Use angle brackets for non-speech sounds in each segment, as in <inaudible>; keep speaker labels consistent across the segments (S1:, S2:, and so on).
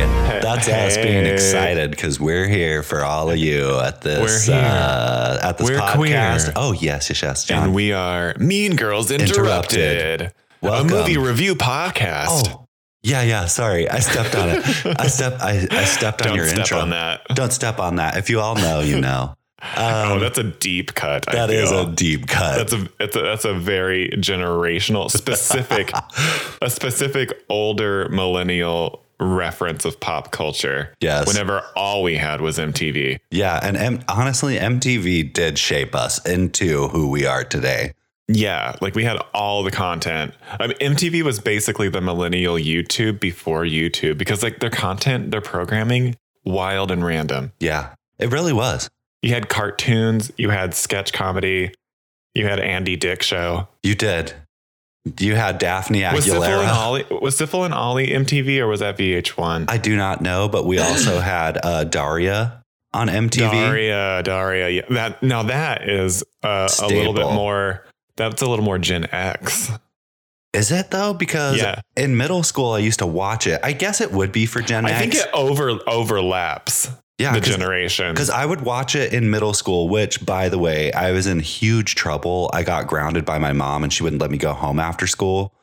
S1: That's us being excited because we're here for all of you at this
S2: We're here.
S1: uh, at this
S2: We're
S1: podcast.
S2: queer.
S1: Oh yes, yes, yes, John.
S2: And we are Mean Girls Interrupted,
S1: Interrupted. Welcome.
S2: a movie review podcast.
S1: oh yeah, yeah. Sorry, I stepped on it.
S2: <laughs>
S1: I stepped. I, I stepped on
S2: Don't
S1: your
S2: step
S1: intro. Um,
S2: on that.
S1: Don't step on that. If you all know, you
S2: <laughs>
S1: know.
S2: oh,
S1: Um,
S2: that's a deep cut.
S1: that
S2: I
S1: is
S2: feel.
S1: a deep cut.
S2: that's a that's a that's a very
S1: <laughs>
S2: generational specific a specific older millennial reference of pop culture.
S1: Yes.
S2: Whenever all we had was MTV.
S1: yeah, and M- honestly, MTV did shape us into who we are today.
S2: Yeah, like we had all the content. I mean, MTV was basically the millennial YouTube before YouTube because like their content, their programming, wild and random.
S1: Yeah, it really was.
S2: You had cartoons, you had sketch comedy, you had Andy Dick show.
S1: You did. You had Daphne
S2: Was Syphil and
S1: Aguilera.
S2: Ollie was Syphil and Ollie MTV or was that VH1?
S1: I do not know, but we
S2: <laughs>
S1: also had uh, Daria on MTV.
S2: Daria, Daria. Yeah, that now that is uh, a little bit
S1: Staple.
S2: more. That's a little more Gen X.
S1: Is it though? Because
S2: Yeah,
S1: in middle school, I used to watch it. I guess it would be for Gen
S2: I
S1: X.
S2: think it over overlaps
S1: yeah,
S2: the
S1: because
S2: generation.
S1: Because I would watch it in middle school, which, by the way, I was in huge trouble. I got grounded by my mom, and she wouldn't let me go home after school.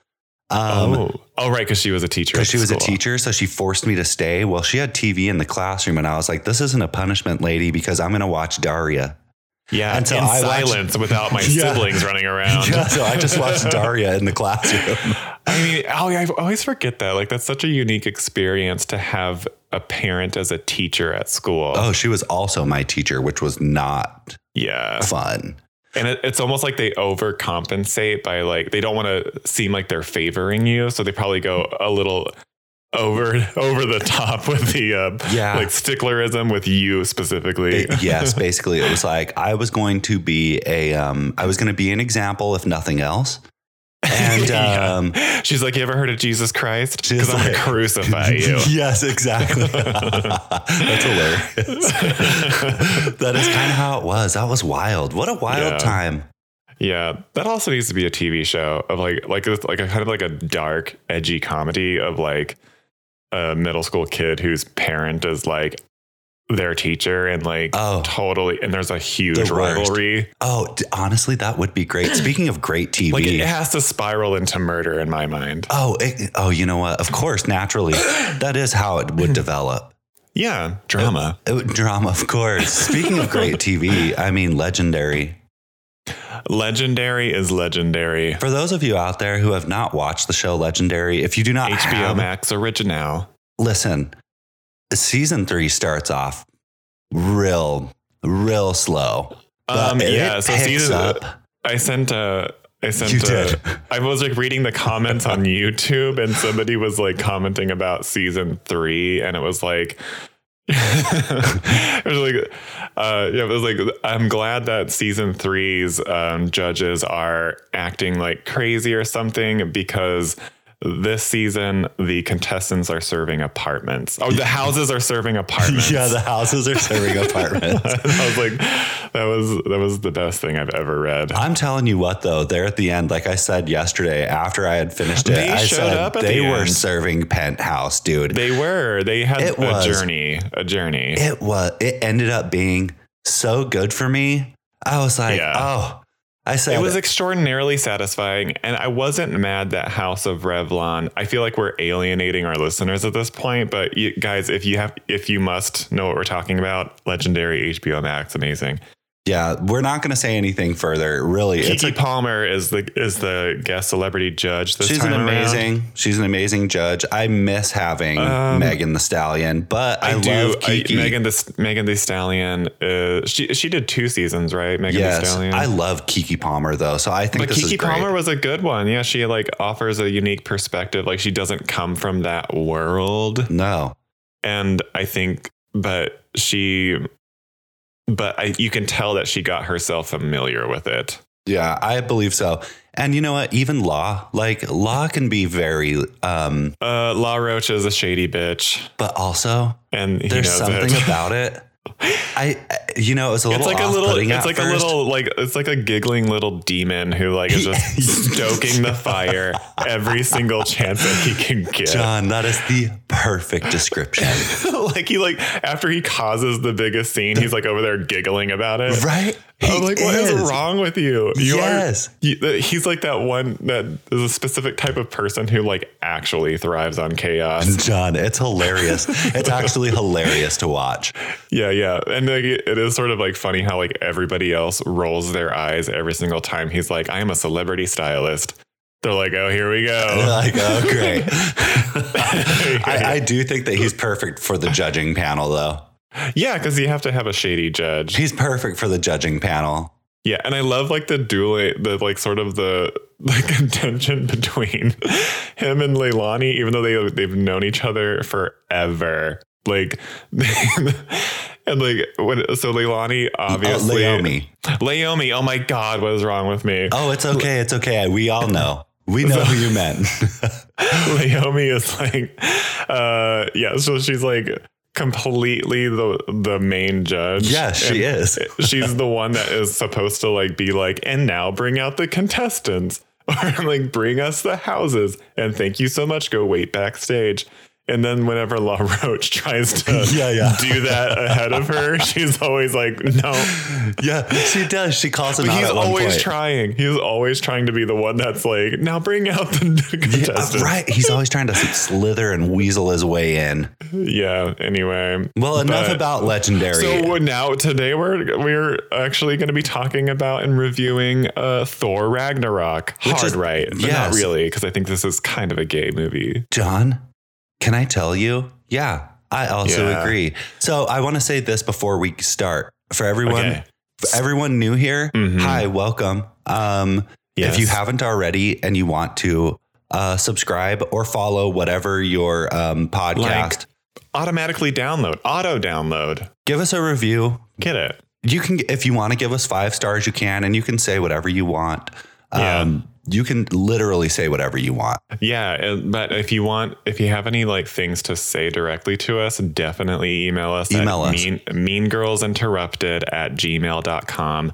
S1: Um,
S2: oh, oh, right, because she was a teacher.
S1: because
S2: at
S1: she was a
S2: school.
S1: teacher, so she forced me to stay. Well, she had TV in the classroom, and I was like, "This isn't a punishment, lady, because I'm going to watch Daria."
S2: Yeah,
S1: And so
S2: in
S1: I watched-
S2: silence without my
S1: <laughs> Yeah.
S2: siblings running around.
S1: <laughs> Yeah, so I just watched Daria in the classroom.
S2: I mean, oh, yeah, I always forget that. Like, that's such a unique experience to have a parent as a teacher at school.
S1: Oh, she was also my teacher, which was not
S2: yeah. <laughs>
S1: fun.
S2: And it, it's almost like they overcompensate by like they don't want to seem like they're favoring you, so they probably go a little over <laughs> over the top with the uh,
S1: Yeah.
S2: like sticklerism with you specifically.
S1: Ba- Ah.
S2: <laughs>
S1: yes, basically, it was like I was going to be a, um, I was going to be an example, if nothing else. And
S2: <laughs> Yeah.
S1: um,
S2: She's like, you ever heard of Jesus Christ?
S1: She's
S2: Because I'm
S1: like- <laughs>
S2: gonna crucify you.
S1: yes, exactly. <laughs> That's hilarious. <laughs> that is kind of how it was. That was wild. What a wild
S2: Yeah.
S1: time.
S2: Yeah, that also needs to be a TV show of like like a- like a kind of like a dark, edgy comedy of like a middle school kid whose parent is like their teacher and like
S1: Oh.
S2: totally and there's a huge
S1: The worst.
S2: rivalry.
S1: Oh, d- honestly, that would be great. Speaking of great TV.
S2: Like it has to spiral into murder in my mind.
S1: Oh, it, oh, you know what? Of course, naturally, that is how it
S2: <clears throat>
S1: would develop.
S2: Yeah, drama.
S1: Oh, drama, of course. Speaking of great TV, I mean, legendary.
S2: Legendary is legendary.
S1: For those of you out there who have not watched the show Legendary, if you do not
S2: HBO
S1: have,
S2: Max original.
S1: listen, season three starts off real, real slow.
S2: Um,
S1: But it
S2: yeah, so
S1: picks
S2: season, <laughs>
S1: up.
S2: I sent a. I sent
S1: You
S2: a-
S1: did. <laughs>
S2: I was like reading the comments on YouTube, and somebody was like commenting about season three, and it was like. <laughs> it was like, uh, yeah, it was like, I'm glad that season three's um, judges are acting like crazy or something because this season the contestants are serving apartments. Oh, the houses are serving apartments.
S1: Yeah,
S2: <laughs>
S1: the houses are serving apartments.
S2: I was like, that was that was the best thing I've ever read.
S1: I'm telling you what, though, there at the end, like I said yesterday, after I had finished it,
S2: They
S1: I
S2: showed
S1: said
S2: up at
S1: they
S2: the
S1: were
S2: end.
S1: serving penthouse, dude.
S2: They were. They had
S1: It
S2: a
S1: was.
S2: journey. A journey.
S1: it was it ended up being so good for me. I was like,
S2: Yeah.
S1: oh, I said
S2: it was extraordinarily satisfying, and I wasn't mad that House of Revlon. I feel like we're alienating our listeners at this point, but you, guys, if you have, if you must know what we're talking about, legendary HBO Max, amazing.
S1: yeah, we're not going to say anything further. Really, it's
S2: Kiki
S1: like
S2: Palmer is the is the guest celebrity judge. This
S1: she's an
S2: time around.
S1: amazing, she's an amazing judge. I miss having
S2: Um,
S1: Megan the Stallion, but I,
S2: I, do.
S1: love Kiki.
S2: I, Megan the Megan the Stallion. Uh, she she did two seasons, right? Megan the
S1: yes,
S2: Stallion.
S1: I love Kiki Palmer though, so I think
S2: But
S1: this
S2: Kiki
S1: is great.
S2: Palmer was a good one. Yeah, she like offers a unique perspective. Like she doesn't come from that world,
S1: no,
S2: and I think, but she, but I, you can tell that she got herself familiar with it.
S1: yeah, I believe so. And you know what? Even Law, like Law, can be very, um,
S2: Uh, La Roche is a shady bitch,
S1: but also
S2: and he
S1: there's
S2: knows
S1: something
S2: <laughs> it.
S1: about it. I, I- you know, it was a
S2: It's
S1: little.
S2: like a little.
S1: off-putting
S2: It's
S1: at
S2: like a
S1: first.
S2: little. Like it's like a giggling little demon who like is
S1: <laughs> <laughs>
S2: just stoking the fire every single chance that he can get.
S1: John, that is the perfect description.
S2: <laughs> like he like after he causes the biggest scene, he's like over there giggling about it.
S1: right?
S2: I'm like, what is wrong with you? You
S1: Yes.
S2: are. You, th- he's like that one that is a specific type of person who like actually thrives on chaos.
S1: John, it's hilarious. it's actually hilarious to watch.
S2: yeah, yeah, and like, it it is sort of like funny how like everybody else rolls their eyes every single time he's like, "I am a celebrity stylist." They're like, <laughs> "Oh, here we
S1: They're
S2: go."
S1: like, oh,
S2: <laughs>
S1: great. <laughs> I, I do think that he's perfect for the judging panel, though.
S2: yeah, because you have to have a shady judge.
S1: He's perfect for the judging panel.
S2: Yeah, and I love like the dueling, the like sort of the <laughs> the contention between him and Leilani, even though they they've known each other forever. Like, <laughs> and like when so Leilani
S1: Obviously.
S2: obviously
S1: Oh, Laomi.
S2: Laomi, oh my god, what is wrong with <laughs> me?
S1: Oh, it's okay. It's okay. We all know. We know who you
S2: <laughs>
S1: meant.
S2: Naomi is like, uh, yeah, so she's like completely the the main judge.
S1: yes, she
S2: And
S1: is.
S2: She's the one that is supposed to like be like, and now bring out the contestants <laughs> or like bring us the houses and thank you so much. Go wait backstage. And then whenever La Roach <laughs> tries to
S1: <laughs> Yeah, yeah.
S2: do that ahead
S1: <laughs>
S2: of her, she's always like, no.
S1: Yeah, she does. She calls him
S2: But
S1: out
S2: he's
S1: at one
S2: always
S1: point.
S2: trying. He's always trying to be the one that's like, now bring out the <laughs>
S1: <laughs>
S2: contestants.
S1: Uh, right. He's always trying to slither and weasel his way in.
S2: Yeah. Anyway.
S1: Well, enough
S2: But-
S1: about legendary.
S2: So we're now today we're we're actually going to be talking about and reviewing uh, Thor Ragnarok.
S1: Which
S2: Hard
S1: is-
S2: right, but
S1: yes.
S2: not really because I think this is kind of a gay movie.
S1: John, can I tell you? Yeah, I also
S2: Yeah.
S1: agree. So I want to say this before we start for everyone.
S2: Okay.
S1: For everyone new here,
S2: Mhm.
S1: hi, welcome. Um, If you
S2: Yes.
S1: haven't already and you want to uh, subscribe or follow whatever your um, podcast,
S2: Like. automatically download, auto download,
S1: give us a review.
S2: get it?
S1: You can, if you want to give us five stars, you can, and you can say whatever you want.
S2: Yeah.
S1: Um, You can literally say whatever you want.
S2: Yeah, and- but if you want, if you have any like things to say directly to us, definitely email us
S1: Email
S2: at
S1: us.
S2: mean, meangirlsinterrupted at gmail.com.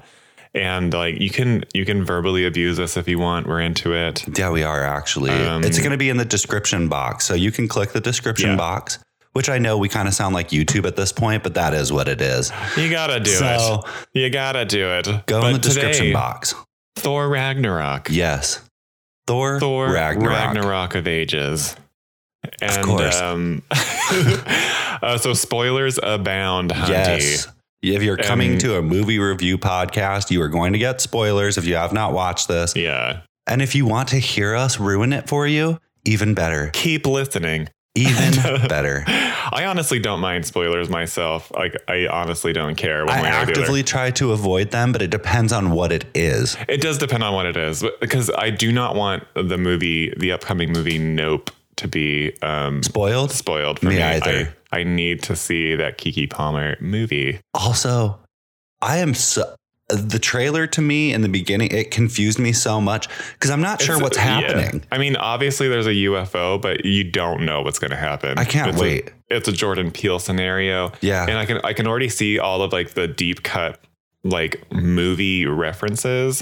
S2: And like you can you can verbally abuse us if you want. We're into it.
S1: Yeah, we are actually.
S2: Um,
S1: it's going to be in the description box. So you can click the description
S2: Yeah.
S1: box, which I know we kind of sound like YouTube at this point, but that is what it is.
S2: You gotta do it.
S1: so
S2: You gotta do it.
S1: go in the
S2: But today,
S1: description box.
S2: Thor Ragnarok.
S1: Yes. Thor,
S2: Thor Ragnarok.
S1: Ragnarok.
S2: of Ages. And,
S1: course.
S2: Um, <laughs> uh, so spoilers abound, hunty.
S1: Yes. If you're coming
S2: And-
S1: to a movie review podcast, you are going to get spoilers if you have not watched this.
S2: Yeah.
S1: And if you want to hear us ruin it for you, even better.
S2: Keep listening. <laughs>
S1: Even better.
S2: I honestly don't mind spoilers myself. Like I honestly don't care one
S1: I
S2: way or the other.
S1: actively try to avoid them, but it depends on what it is.
S2: It does depend on what it is, but- because I do not want the movie, the upcoming movie Nope, to be um,
S1: Spoiled?
S2: spoiled for
S1: Me
S2: me.
S1: either.
S2: I, I need to see that Kiki Palmer movie.
S1: also i am so the trailer to me in the beginning it confused me so much because i'm not sure
S2: It's-
S1: what's
S2: yeah.
S1: happening
S2: I mean, obviously there's a UFO, but you don't know what's going to happen.
S1: i can't
S2: It's a-
S1: wait Ah.
S2: it's a Jordan Peele scenario,
S1: yeah
S2: and I can I can already see all of like the deep cut like movie references,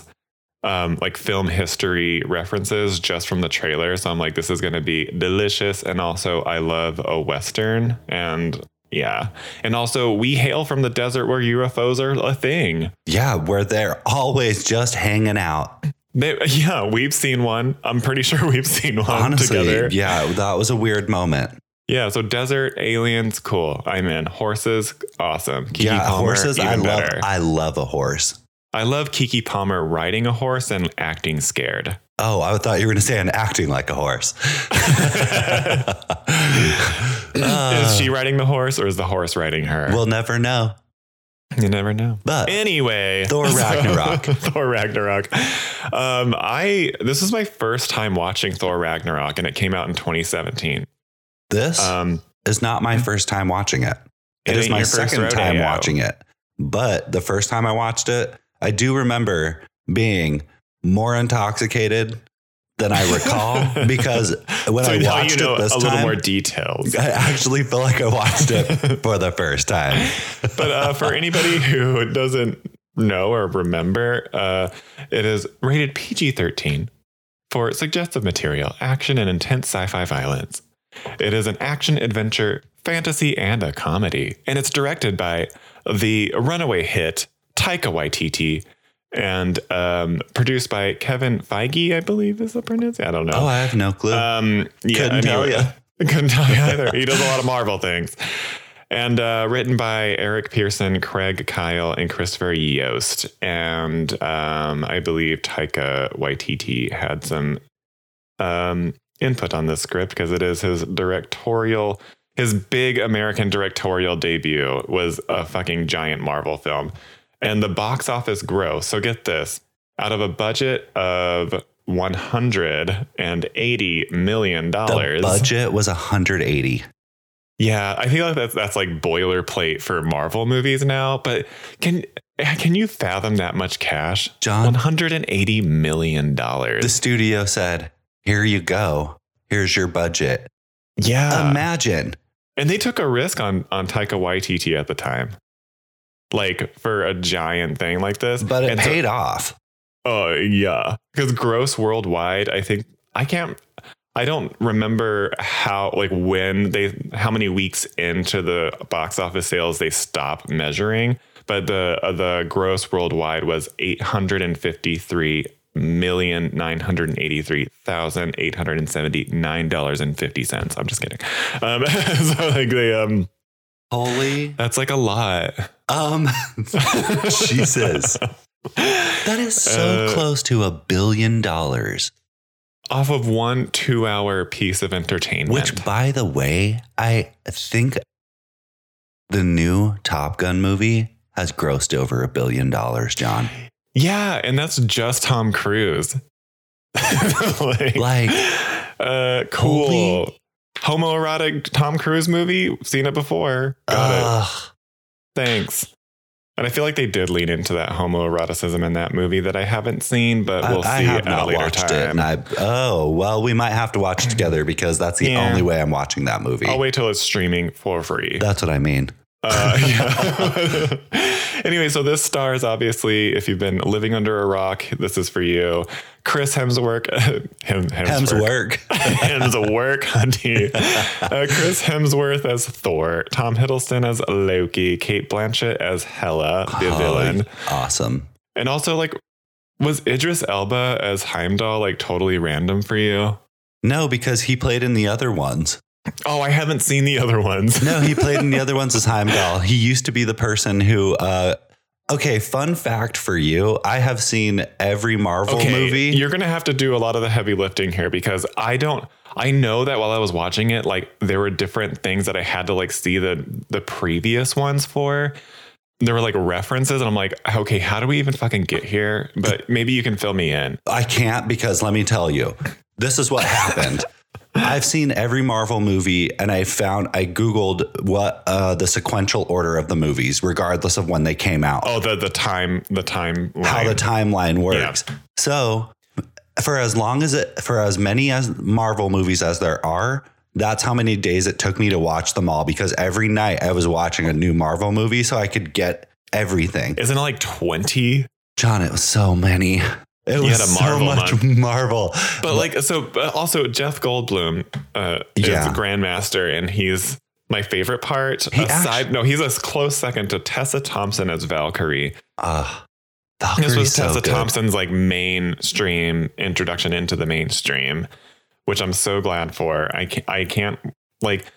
S2: um, like film history references just from the trailer. So I'm like, this is going to be delicious, and also I love a western, and yeah, and also we hail from the desert where UFOs are a thing.
S1: yeah where they're always just hanging out
S2: They, <laughs> yeah, we've seen one. I'm pretty sure we've seen one
S1: honestly
S2: together. Yeah.
S1: yeah that was a weird moment
S2: so desert aliens, cool. I'm in. Horses, awesome. Kiki
S1: yeah
S2: Palmer,
S1: horses
S2: even
S1: i love
S2: better. I,
S1: i love a horse
S2: love Kiki Palmer riding a horse and acting
S1: <laughs>
S2: scared.
S1: oh i thought you were going to say and acting like a
S2: <laughs>
S1: horse <laughs> Uh,
S2: is she riding the horse or is the horse riding her?
S1: we'll never know
S2: you never know.
S1: but
S2: Anyway,
S1: Thor
S2: <laughs> so-
S1: Ragnarok.
S2: Thor Ragnarok. Um, I this is my first time watching Thor Ragnarok, and it came out in 2017.
S1: this
S2: Um,
S1: is not my first time watching it.
S2: It
S1: It is
S2: ain't
S1: my
S2: your first
S1: second time
S2: rodeo.
S1: watching it. But the first time I watched it, I do remember being more intoxicated than I
S2: <laughs>
S1: recall because when
S2: so
S1: I
S2: now
S1: watched
S2: you know
S1: it this
S2: a little
S1: time,
S2: more details.
S1: I actually feel like I watched
S2: <laughs>
S1: it for the first time.
S2: but uh, for anybody <laughs> who doesn't know or remember, uh, it is rated PG 13 for suggestive material, action, and intense sci fi violence. It is an action adventure, fantasy, and a comedy, and it's directed by the runaway hit Taika Waititi and um, produced by Kevin Feige, I believe is the pronunciation. I don't know.
S1: Oh, I have no clue.
S2: Um, yeah,
S1: Couldn't tell
S2: anyway. Couldn't tell you <laughs> either. He does a lot of Marvel things. And uh, written by Eric Pearson, Craig Kyle, and Christopher Yost. And um, I believe Taika Waititi had some um, input on this script because it is his directorial, his big American directorial debut was a fucking giant Marvel film. And the box office gross. So get this out of a budget of $180 million.
S1: the budget was 180.
S2: Yeah, I feel like that's that's like boilerplate for Marvel movies now. But can can you fathom that much cash? One
S1: John,
S2: hundred and eighty million
S1: the
S2: dollars.
S1: studio said, "Here you go. Here's your budget."
S2: Yeah,
S1: Imagine.
S2: and they took a risk on on Taika Waititi at the time, like for a giant thing like this.
S1: But it
S2: And so-
S1: paid off.
S2: Oh yeah, because gross worldwide, I think I can't. I don't remember how like when they how many weeks into the box office sales they stop measuring, but the uh, the gross worldwide was eight hundred and fifty three million nine hundred and eighty three thousand eight hundred and seventy nine dollars and fifty cents. I'm just kidding. Um, <laughs> so like they um
S1: Holy
S2: that's like a lot. <laughs>
S1: um Jesus. That is so
S2: Uh,
S1: close to a billion dollars.
S2: off of one two hour piece of entertainment.
S1: Which, by the way, I think the new Top Gun movie has grossed over a billion dollars, John.
S2: Yeah, and that's just Tom Cruise. <laughs> like,
S1: Like,
S2: uh, cool. Homoerotic Tom Cruise movie. Seen it before. Got it.
S1: ugh,
S2: Thanks. And I feel like they did lean into that homoeroticism in that movie that I haven't seen, but we'll
S1: I, I
S2: see
S1: have
S2: at a
S1: not
S2: later
S1: watched it.
S2: time.
S1: And I, oh, well, we might have to watch it together because that's the
S2: Yeah.
S1: only way I'm watching that movie.
S2: I'll wait till it's streaming for free.
S1: That's what I mean.
S2: Uh,
S1: <laughs>
S2: yeah. <laughs> anyway, so this stars obviously, if you've been living under a rock, this is for you. Chris Hemsworth, <laughs> Hem,
S1: Hem's
S2: Hemsworth,
S1: work.
S2: Hemsworth, honey. Uh, Chris Hemsworth as Thor, Tom Hiddleston as Loki, Kate Blanchett as Hela, the
S1: Oh,
S2: villain,
S1: Awesome.
S2: and also like, was Idris Elba as Heimdall like totally random for you?
S1: No, because he played in the other ones.
S2: Oh, I haven't seen the other ones.
S1: No, he played in the other ones as Heimdall. He used to be the person who. Uh, okay, fun fact for you: I have seen every Marvel movie.
S2: You're gonna have to do a lot of the heavy lifting here because I don't. I know that while I was watching it, like there were different things that I had to like see the the previous ones for. There were like references, and I'm like, okay, how do we even fucking get here? But maybe you can fill me in.
S1: I can't because let me tell you, this is what happened. I've seen every Marvel movie and I found I Googled what uh, the sequential order of the movies, regardless of when they came out,
S2: Oh, the the time the time
S1: how the timeline works. So, for as long as it, for as many as Marvel movies as there are, that's how many days it took me to watch them all because every night I was watching a new Marvel movie so I could get everything.
S2: isn't it like twenty?
S1: John, it was so many. It
S2: You
S1: was
S2: had a
S1: so
S2: Marvel
S1: much Marvel.
S2: But like, so but also Jeff Goldblum uh, is
S1: Yeah.
S2: the Grandmaster, and he's my favorite part.
S1: He
S2: Aside,
S1: actu-
S2: no, he's a close second to Tessa Thompson as Valkyrie.
S1: Ah,
S2: This was
S1: Valkyrie's so
S2: Tessa
S1: good.
S2: Thompson's like mainstream introduction into the mainstream, which I'm so glad for. I can't, I can't like,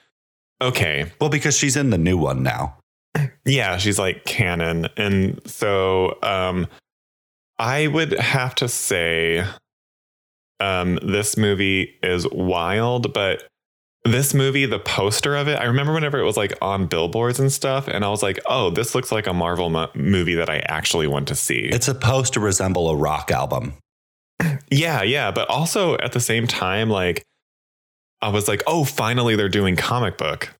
S2: okay,
S1: Well, because she's in the new one now.
S2: yeah, she's like canon, and so um, I would have to say, um, this movie is wild, but this movie, the poster of it, I remember whenever it was like on billboards and stuff, and I was like, oh, this looks like a Marvel mo- movie that I actually want to see.
S1: It's supposed to resemble a rock album.
S2: Yeah, yeah, but also at the same time, like I was like, oh, finally they're doing comic book,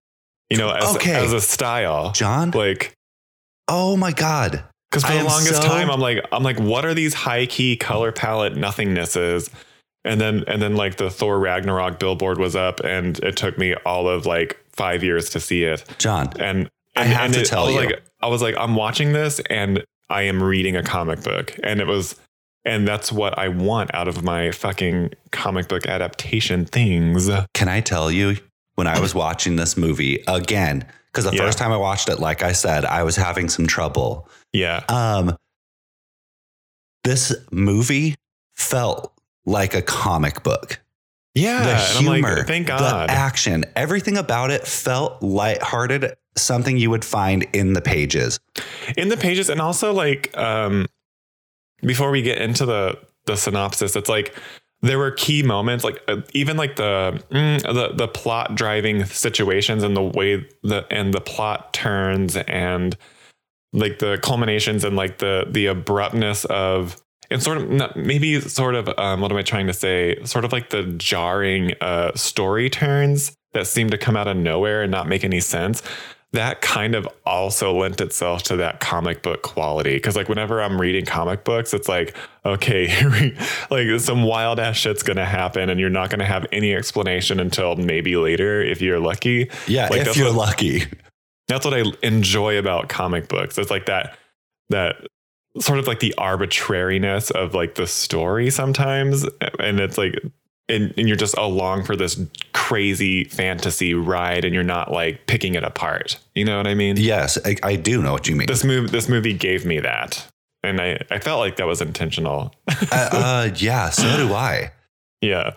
S2: you know, as
S1: Okay.
S2: as a style,
S1: John?
S2: like
S1: Oh my God.
S2: because for
S1: I
S2: the
S1: am
S2: longest
S1: so-
S2: time, I'm like, I'm like, what are these high key color palette nothingnesses? And then and then like the Thor Ragnarok billboard was up, and it took me all of like five years to see it,
S1: John,
S2: and.
S1: I
S2: And,
S1: have
S2: and
S1: to
S2: it-
S1: tell
S2: I was
S1: you.
S2: like, I was like, I'm watching this and I am reading a comic book, and it was, and that's what I want out of my fucking comic book adaptation things.
S1: can I tell you, when I
S2: <laughs>
S1: was watching this movie again. Because the
S2: Yeah.
S1: first time I watched it, like I said, I was having some trouble.
S2: Yeah.
S1: Um, this movie felt like a comic book.
S2: Yeah.
S1: the
S2: and
S1: humor,
S2: I'm like, thank God.
S1: the action, everything about it felt lighthearted, something you would find in the pages.
S2: in the pages and also like um before we get into the the synopsis it's like there were key moments like uh, even like the mm, the the plot driving situations and the way the and the plot turns and like the culminations and like the the abruptness of and sort of not- maybe sort of um, what am I trying to say? Sort of like the jarring uh, story turns that seem to come out of nowhere and not make any sense. That kind of also lent itself to that comic book quality because like whenever I'm reading comic books, it's like okay, <laughs> here we- like some wild ass shit's gonna happen and you're not gonna have any explanation until maybe later if you're lucky.
S1: Yeah,
S2: Like,
S1: if
S2: that's
S1: you're
S2: what-
S1: lucky.
S2: That's what I enjoy about comic books. It's like that that sort of like the arbitrariness of like the story sometimes and it's like and, and you're just along for this crazy fantasy ride and you're not like picking it apart. You know what I mean?
S1: Yes, I, I do know what you mean.
S2: This movie this movie gave me that. And I, I felt like that was intentional.
S1: uh, uh,
S2: <laughs>
S1: yeah, so do I.
S2: yeah.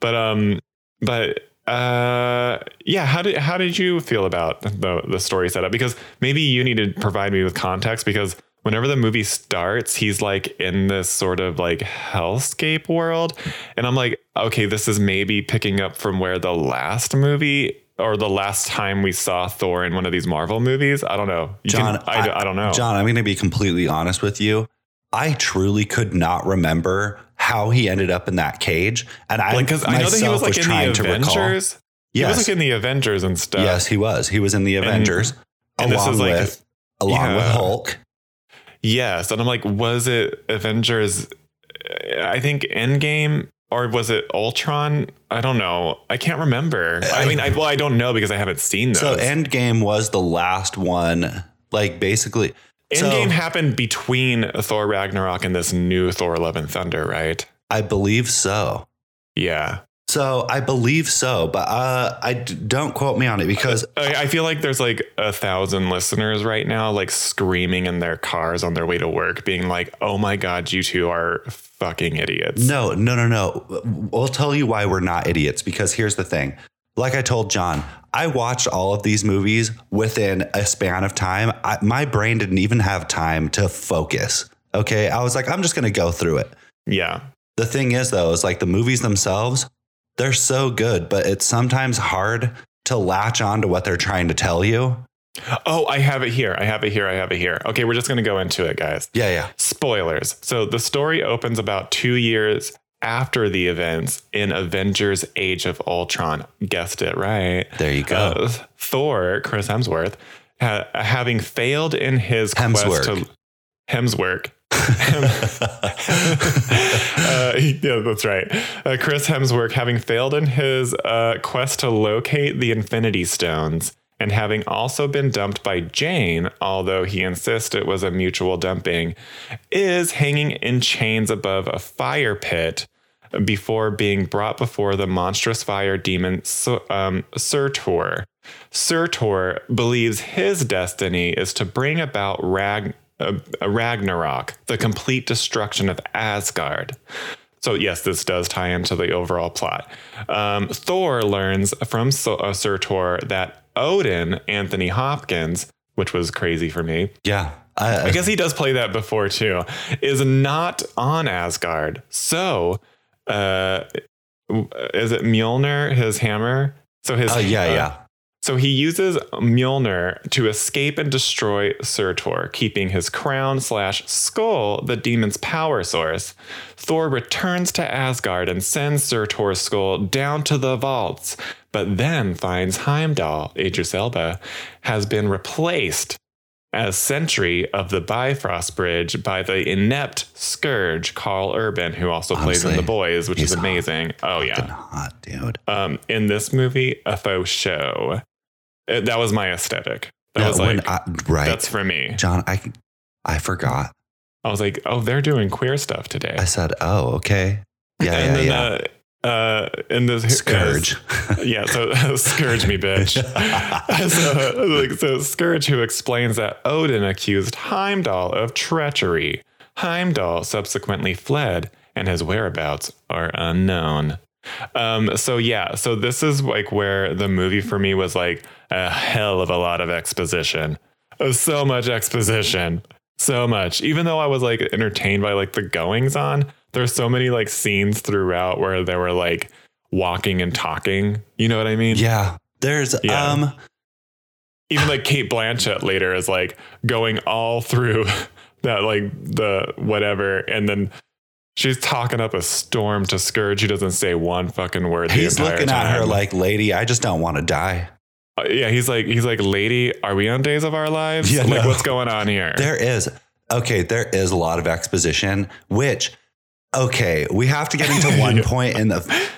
S2: But um but uh yeah, how did how did you feel about the the story setup? Because maybe you need to provide me with context because whenever the movie starts, he's like in this sort of like hellscape world. And I'm like, okay, this is maybe picking up from where the last movie or the last time we saw Thor in one of these Marvel movies. I don't know. You
S1: John,
S2: can, I, I don't know.
S1: John, I'm going to be completely honest with you. I truly could not remember how he ended up in that cage, and I
S2: like because I know that he
S1: myself
S2: was like
S1: was
S2: in the
S1: trying to recall.
S2: Avengers. He
S1: Yes,
S2: was like in the Avengers and stuff.
S1: yes, he was. He was in the Avengers
S2: and this
S1: along
S2: is like
S1: with along with
S2: Yeah.
S1: Hulk.
S2: Yes, and I'm like, was it Avengers? uh, I think Endgame or was it Ultron? I don't know. I can't remember. I,
S1: I-
S2: mean, I, well, I don't know because I haven't seen those.
S1: So Endgame was the last one, like basically. so-
S2: Endgame happened between Thor Ragnarok and this new Thor: Love and Thunder, right?
S1: I believe so.
S2: Yeah,
S1: So I believe so, but uh, I d- don't quote me on it because
S2: I, I feel like there's like a thousand listeners right now, like screaming in their cars on their way to work, being like, "Oh my god, you two are fucking idiots!"
S1: No, no, no, no. I'll tell you why we're not idiots because here's the thing. Like I told John, I watched all of these movies within a span of time. I, my brain didn't even have time to focus. Okay. I was like, I'm just going to go through it.
S2: Yeah,
S1: The thing is, though, is like the movies themselves, they're so good, but it's sometimes hard to latch on to what they're trying to tell you.
S2: Oh, I have it here. I have it here. I have it here. Okay, we're just going to go into it, guys.
S1: Yeah. Yeah.
S2: Spoilers. So the story opens about two years after the events in Avengers Age of Ultron. Guessed it right.
S1: There you go.
S2: Uh, Thor, Chris Hemsworth, ha- having failed in his quest to
S1: Hemsworth.
S2: Hemsworth. uh, yeah, that's right. Uh, Chris Hemsworth, having failed in his uh, quest to locate the Infinity Stones and having also been dumped by Jane, although he insists it was a mutual dumping, is hanging in chains above a fire pit before being brought before the monstrous fire demon Su- um, Surtur. Surtur believes his destiny is to bring about Rag- uh, Ragnarok, the complete destruction of Asgard. So, yes, this does tie into the overall plot. Um, Thor learns from Su- uh, Surtur that Odin, Anthony Hopkins, which was crazy for me,
S1: yeah. Uh, I,
S2: I guess he does play that before too. Is not on Asgard. So, uh, is it Mjolnir, his hammer? So his
S1: oh, yeah.
S2: uh,
S1: Yeah.
S2: so he uses Mjolnir to escape and destroy Surtur, keeping his crown slash skull the demon's power source. Thor returns to Asgard and sends Surtur's skull down to the vaults, but then finds Heimdall, Idris Elba, has been replaced as sentry of the Bifrost Bridge by the inept Scourge, Carl Urban, who also plays in
S1: Honestly,
S2: The Boys, which is
S1: he's hot.
S2: amazing. Oh, yeah
S1: Fucking hot, dude.
S2: um, in this movie, a faux show. Uh, that was my aesthetic. That
S1: Yeah,
S2: was
S1: when
S2: like,
S1: I, right.
S2: that's for me.
S1: John, I, I forgot.
S2: I was like, oh, they're doing queer stuff today.
S1: I said, "Oh, okay, yeah,
S2: <laughs> and
S1: yeah,
S2: then
S1: yeah."
S2: Uh, uh in this uh,
S1: Scourge.
S2: <laughs>
S1: <laughs>
S2: yeah so scourge me bitch <laughs> so, like, so scourge who explains that odin accused heimdall of treachery heimdall subsequently fled and his whereabouts are unknown um so yeah so this is like where the movie for me was like a hell of a lot of exposition Oh, so much exposition so much even though i was like entertained by like the goings on there's so many like scenes throughout where they were like walking and talking. You know what I mean?
S1: Yeah. There's
S2: Yeah.
S1: um
S2: Even like Kate Blanchett later is like going all through <laughs> that like the whatever, and then she's talking up a storm to Scourge. who doesn't say one fucking word.
S1: he's
S2: the entire
S1: looking at her
S2: time.
S1: like, lady, I just don't want to die.
S2: Uh, yeah. He's like, he's like, lady, are we on Days of Our Lives?
S1: Yeah,
S2: like,
S1: no.
S2: what's going on here?
S1: There is okay, there is a lot of exposition, which okay, we have to get
S2: <laughs>
S1: into one
S2: Yeah.
S1: point in the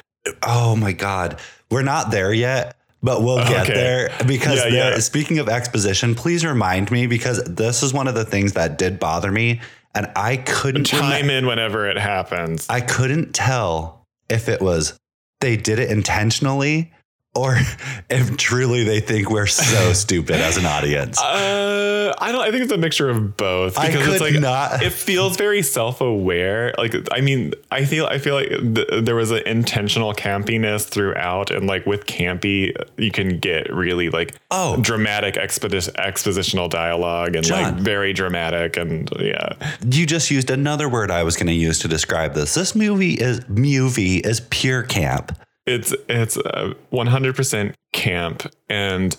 S1: oh my god. We're not there yet, but we'll get
S2: Okay.
S1: there because
S2: Yeah,
S1: there
S2: yeah.
S1: speaking of exposition, please remind me because this is one of the things that did bother me and I couldn't remem-
S2: Chime in whenever it happens.
S1: I couldn't tell if it was they did it intentionally or <laughs> if truly they think we're
S2: <laughs>
S1: so stupid as an audience.
S2: Uh, I don't. I think it's a mixture of both
S1: I
S2: because
S1: could
S2: it's like
S1: not.
S2: it feels very self-aware. Like I mean, I feel I feel like th- there was an intentional campiness throughout, and like with campy, you can get really like
S1: oh,
S2: dramatic expedi- expositional dialogue and
S1: John.
S2: like very dramatic and yeah,
S1: you just used another word I was going to use to describe this. This movie is movie is pure camp.
S2: it's it's uh, one hundred percent camp and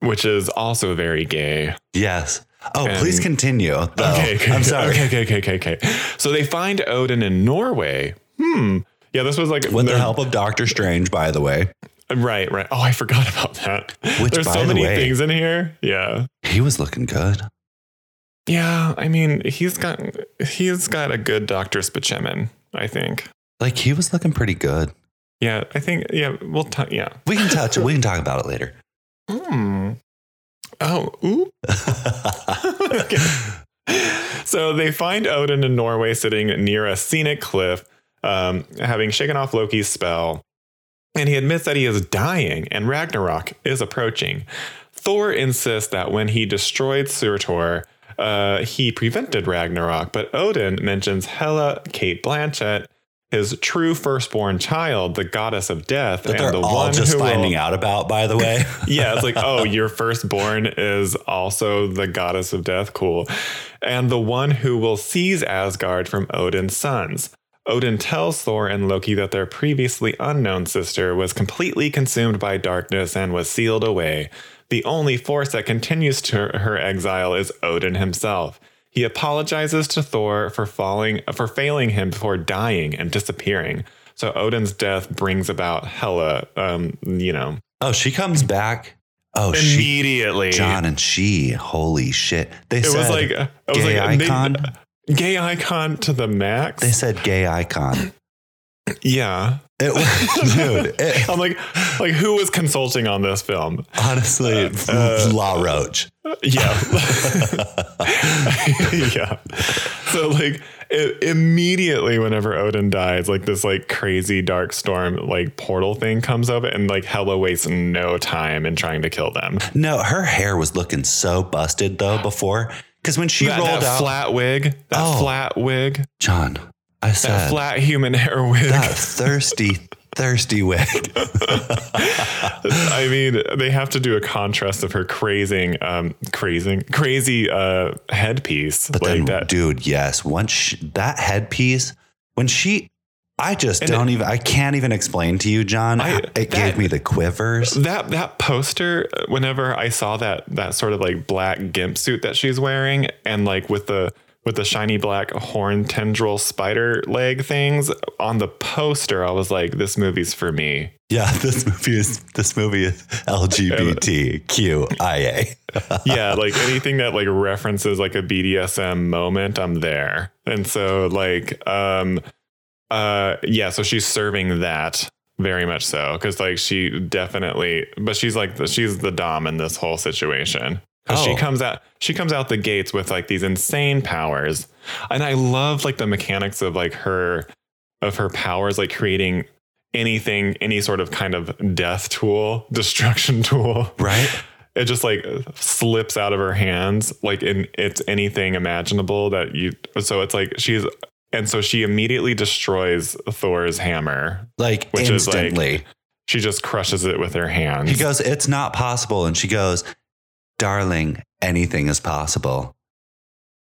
S2: which is also very gay.
S1: Yes. Oh,
S2: And-
S1: please continue. Though.
S2: Okay, Oh, okay,
S1: I'm sorry.
S2: Okay, okay, okay, okay, okay. So they find Odin in Norway. Hmm. Yeah, this was like
S1: With the
S2: they're-
S1: help of Doctor Strange, by the way,
S2: Right, right. Oh, I forgot about that.
S1: Which,
S2: There's
S1: by
S2: so
S1: the
S2: many
S1: way-
S2: things in here. Yeah,
S1: he was looking good.
S2: yeah. I mean, he's got he's got a good Doctor Spachemin. I think.
S1: Like he was looking pretty good.
S2: Yeah, I think. Yeah, we'll talk. Yeah.
S1: We can touch. we can talk about it
S2: <laughs>
S1: later. <laughs>
S2: Hmm. Oh, ooh. so they find Odin in Norway sitting near a scenic cliff, um, having shaken off Loki's spell. And he admits that he is dying and Ragnarok is approaching. Thor insists that when he destroyed Surtur, uh, he prevented Ragnarok, but Odin mentions Hela, Kate Blanchett, his true firstborn child, the goddess of death,
S1: that they're
S2: the
S1: all just
S2: who will-
S1: finding out about, by the way.
S2: <laughs> yeah, it's like, oh, your firstborn is also the goddess of death. Cool. And the one who will seize Asgard from Odin's sons. Odin tells Thor and Loki that their previously unknown sister was completely consumed by darkness and was sealed away. The only force that continues to her- her exile is Odin himself. He apologizes to Thor for falling for failing him before dying and disappearing. So Odin's death brings about Hela, um, you know,
S1: <laughs> Oh, she comes back. Oh, she,
S2: immediately.
S1: John and she. Holy shit! They
S2: it
S1: said
S2: was like it was
S1: gay
S2: like they-
S1: icon.
S2: gay icon to the max.
S1: they said gay icon.
S2: yeah,
S1: It was, <laughs> dude. It,
S2: I'm like, like who was consulting on this film?
S1: honestly,
S2: uh,
S1: La Roach.
S2: Yeah, <laughs> yeah. So like i immediately, whenever Odin dies, like this like crazy dark storm like portal thing comes up, and like Hela wastes no time in trying to kill them.
S1: no, her hair was looking so busted though before, because when she
S2: that,
S1: rolled
S2: that
S1: out,
S2: flat wig, that
S1: Oh.
S2: flat wig,
S1: John, I
S2: that
S1: said that,
S2: flat human hair wig. <laughs>
S1: thirsty, thirsty wig. <laughs>
S2: I mean, they have to do a contrast of her crazing, um, crazing, crazy uh, headpiece
S1: But
S2: like
S1: then,
S2: that.
S1: dude, yes. Once she, that headpiece, when she, I just
S2: And
S1: don't even, I can't even explain to you, John.
S2: I-
S1: it
S2: that-
S1: gave me the quivers.
S2: that that poster. uh, Whenever I saw that that sort of like black gimp suit that she's wearing, and like with the with the shiny black horn tendril spider leg things on the poster, I was like, "This movie's for me."
S1: Yeah, <laughs> this movie is this movie is
S2: <laughs>
S1: LGBTQIA.
S2: yeah, like anything that like references like a BDSM moment, I'm there. And so like um uh yeah, so she's serving that very much so cuz like she definitely but she's like the, she's the dom in this whole situation. 'Cause she
S1: Oh.
S2: comes out she comes out the gates with like these insane powers. And I love like the mechanics of like her of her powers like creating anything, any sort of kind of death tool, <laughs> destruction tool.
S1: Right.
S2: It just like slips out of her hands, like in it's anything imaginable that you. So it's like she's, and so she immediately destroys Thor's hammer,
S1: Like
S2: Which is like-
S1: instantly.
S2: she just crushes it with her hands.
S1: he goes, It's not possible. And she goes, Darling, anything is possible.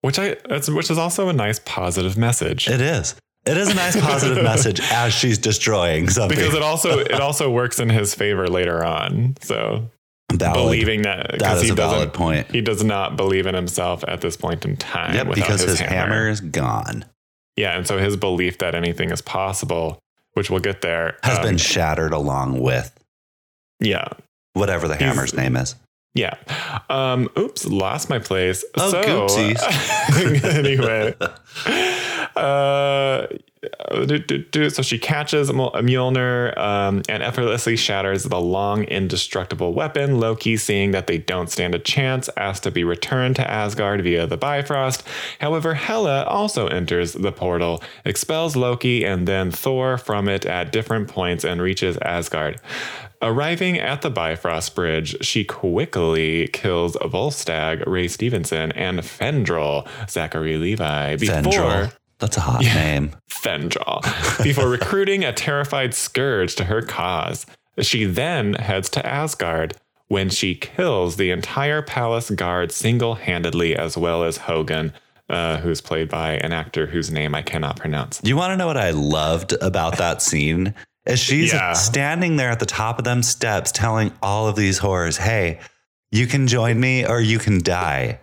S2: which I that's which is also a nice positive message.
S1: It is. It is a nice
S2: <laughs>
S1: positive message as she's destroying something.
S2: because it
S1: <laughs>
S2: also it also works in his favor later on. So
S1: Valid.
S2: believing that
S1: that
S2: because
S1: is
S2: he
S1: a
S2: doesn't
S1: valid point.
S2: he does not believe in himself at this point in time.
S1: Yep,
S2: without
S1: because his, hammer. is gone.
S2: Yeah, and so his belief that anything is possible, which we'll get there,
S1: Has
S2: um,
S1: been shattered along with
S2: yeah,
S1: whatever the
S2: He's-
S1: hammer's name is.
S2: yeah. Um, oops, lost my place.
S1: Oh,
S2: so, uh,
S1: goopsies. <laughs>
S2: <laughs> anyway, uh, do, do, do. so she catches Mul- Mjolnir um, and effortlessly shatters the long, indestructible weapon. Loki, seeing that they don't stand a chance, asks to be returned to Asgard via the Bifrost. However, Hela also enters the portal, expels Loki and then Thor from it at different points, and reaches Asgard. Arriving at the Bifrost Bridge, she quickly kills Volstagg, Ray Stevenson, and Fendral, Zachary Levi, before
S1: Fendral. That's a hot name.
S2: Fendral before recruiting a terrified Scourge to her cause. She then heads to Asgard, when she kills the entire palace guard single handedly, as well as Hogan, uh, who's played by an actor whose name I cannot pronounce.
S1: You want to know what I loved about that scene? Is she's
S2: Yeah.
S1: standing there at the top of them steps telling all of these horrors, hey, you can join me or you can die.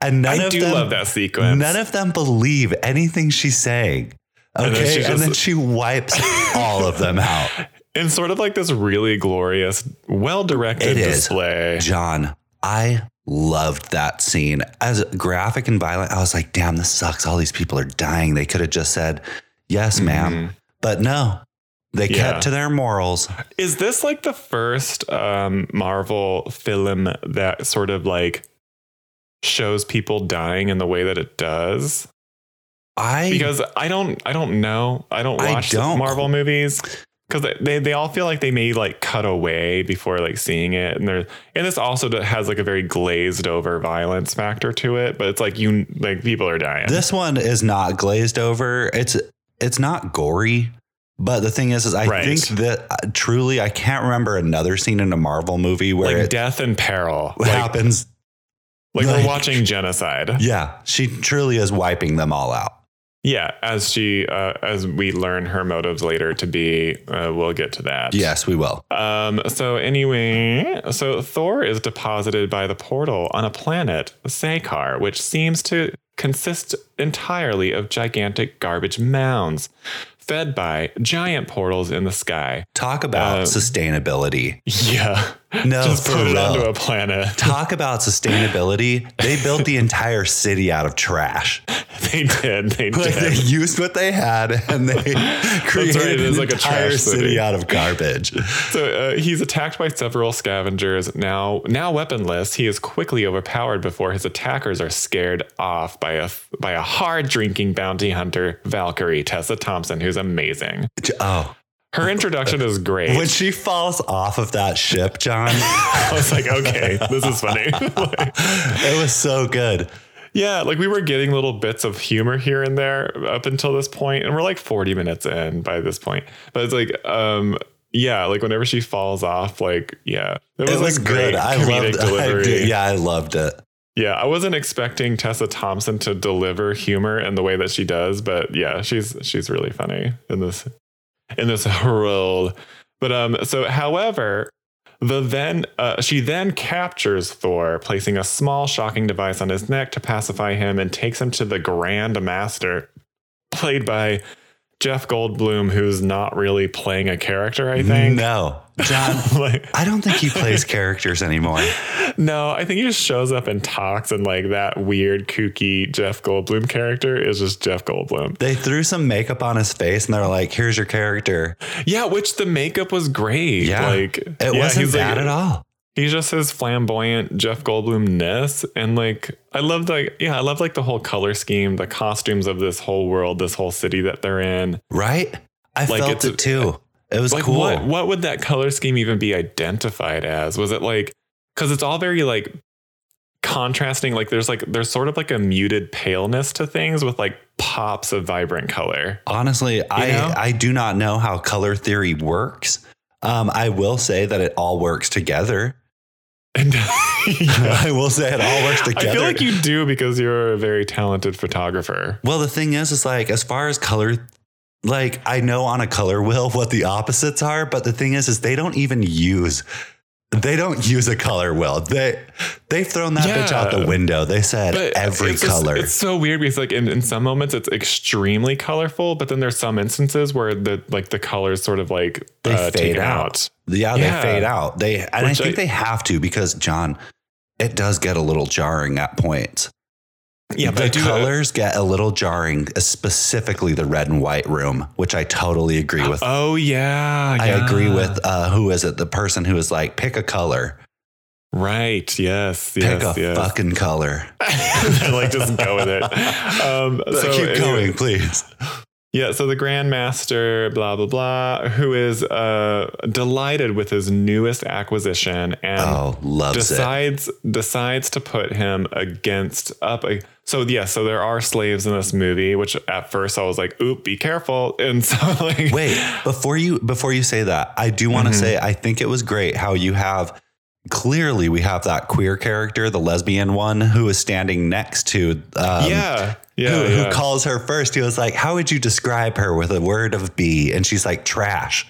S1: And none
S2: I
S1: of
S2: do
S1: them,
S2: love that sequence.
S1: none of them believe anything she's saying. Okay.
S2: And then she
S1: and
S2: just-
S1: then she wipes all of them out.
S2: in sort of like this really glorious, well directed
S1: It is.
S2: display.
S1: John, I loved that scene. As graphic and violent, I was like, damn, this sucks. All these people are dying. They could have just said, yes, ma'am.
S2: Mhm.
S1: But no, they
S2: Yeah.
S1: kept to their morals.
S2: Is this like the first um, Marvel film that sort of like shows people dying in the way that it does?
S1: I
S2: Because I don't, I don't know. I don't
S1: I
S2: watch
S1: don't.
S2: Marvel movies because they, they all feel like they may like cut away before like seeing it, and they're and this also has like a very glazed over violence factor to it. But it's like you like people are dying.
S1: this one is not glazed over. It's it's not gory. But the thing is, is I
S2: Right.
S1: think that uh, truly I can't remember another scene in a Marvel movie where
S2: like
S1: it
S2: death and peril. Like,
S1: happens.
S2: like
S1: like-
S2: we're watching genocide.
S1: Yeah, she truly is wiping them all out.
S2: Yeah, as she uh, as we learn her motives later to be, uh, we'll get to that.
S1: Yes, we will.
S2: Um. So anyway, so Thor is deposited by the portal on a planet, Sakar, which seems to consist entirely of gigantic garbage mounds, fed by giant portals in the sky.
S1: Talk about
S2: Uh,
S1: sustainability.
S2: Yeah.
S1: No,
S2: <laughs> Just
S1: for
S2: put it
S1: real.
S2: onto a planet. <laughs>
S1: Talk about sustainability. They built the entire city out of
S2: <laughs>
S1: trash.
S2: They did. They
S1: Like they
S2: did.
S1: used what they had and they created
S2: it
S1: an
S2: is like a
S1: entire
S2: trash
S1: city.
S2: city.
S1: out of garbage.
S2: So uh, he's attacked by several scavengers. Now, now weaponless, he is quickly overpowered before his attackers are scared off by a by a hard drinking bounty hunter, Valkyrie Tessa Thompson, who's amazing.
S1: Oh,
S2: Her introduction
S1: <laughs>
S2: is great.
S1: when she falls off of that ship, John,
S2: I was like, okay, this is funny. Like,
S1: it was so good.
S2: <laughs> yeah, like we were getting little bits of humor here and there up until this point, and we're like 40 minutes in by this point. But it's like, um, yeah, like whenever she falls off, like, yeah,
S1: It was,
S2: like,
S1: good.
S2: great
S1: I
S2: comedic
S1: loved I did- yeah, I loved it.
S2: Yeah, I wasn't expecting Tessa Thompson to deliver humor in the way that she does, but yeah, she's she's really funny in this in this <laughs> role. But um, so however, the then uh, she then captures Thor, placing a small shocking device on his neck to pacify him, and takes him to the Grand Master, played by Jeff Goldblum, who's not really playing a character. I think.
S1: No, John,
S2: <laughs> like,
S1: I don't think he
S2: <laughs>
S1: plays characters anymore.
S2: no, I think he just shows up and talks, and like that weird, kooky Jeff Goldblum character is just Jeff Goldblum.
S1: They threw some makeup on his face and they're like, here's your character.
S2: Yeah, which the makeup was great.
S1: Yeah.
S2: like
S1: It
S2: yeah,
S1: wasn't
S2: he's, like,
S1: bad at all.
S2: He's just his flamboyant Jeff Goldblum ness, and like I love like yeah, I love like the whole color scheme, the costumes of this whole world, this whole city that they're in.
S1: Right? I
S2: Like,
S1: felt
S2: it's-
S1: it too. It was
S2: like
S1: cool.
S2: what what would that color scheme even be identified as? Was it like because it's all very like contrasting like there's like there's sort of like a muted paleness to things with like pops of vibrant color <laughs>
S1: Honestly, I
S2: know?
S1: I do not know how color theory works. Um, I will say that it all works together. <laughs>
S2: and <laughs>
S1: I will say it all works together.
S2: i feel like you do because you're a very talented photographer
S1: Well, the thing is, is like as far as color, like I know on a color wheel <laughs> what the opposites are, but the thing is, is they don't even use. They don't use a color wheel. They they've thrown that bitch out
S2: Yeah.
S1: the window. They said every
S2: it's just-
S1: color.
S2: it's so weird because like in, in some moments it's extremely colorful but then there's some instances where the like the colors sort of like uh,
S1: They fade
S2: taken
S1: out. yeah, they
S2: yeah.
S1: fade out. They and
S2: Which
S1: I think
S2: I-
S1: they have to because John, it does get a little jarring at points.
S2: yeah but I
S1: the
S2: do uh,
S1: colors get a little jarring, uh, specifically the red and white room, which I totally agree with.
S2: oh yeah,
S1: I
S2: yeah.
S1: agree with uh, who is it? The person who is like, pick a color,
S2: right yes yes
S1: pick a
S2: yes
S1: fucking color.
S2: and <laughs> like just go with it. Um, so
S1: <laughs> Keep
S2: anyway,
S1: going, please.
S2: Yeah, so the Grand Master, blah blah blah, who is uh, delighted with his newest acquisition and
S1: oh, loves it.
S2: decides decides to put him against up. a- So yeah, so there are slaves in this movie, which at first I was like, "Oop, be careful!" <laughs> And so like,
S1: Wait, before you before you say that, I do want to
S2: Mhm.
S1: say I think it was great how you have clearly we have that queer character, the lesbian one, who is standing next to um,
S2: yeah, yeah,
S1: who,
S2: yeah.
S1: who calls her first. He was like, How would you describe her with a word of B? And she's like, Trash.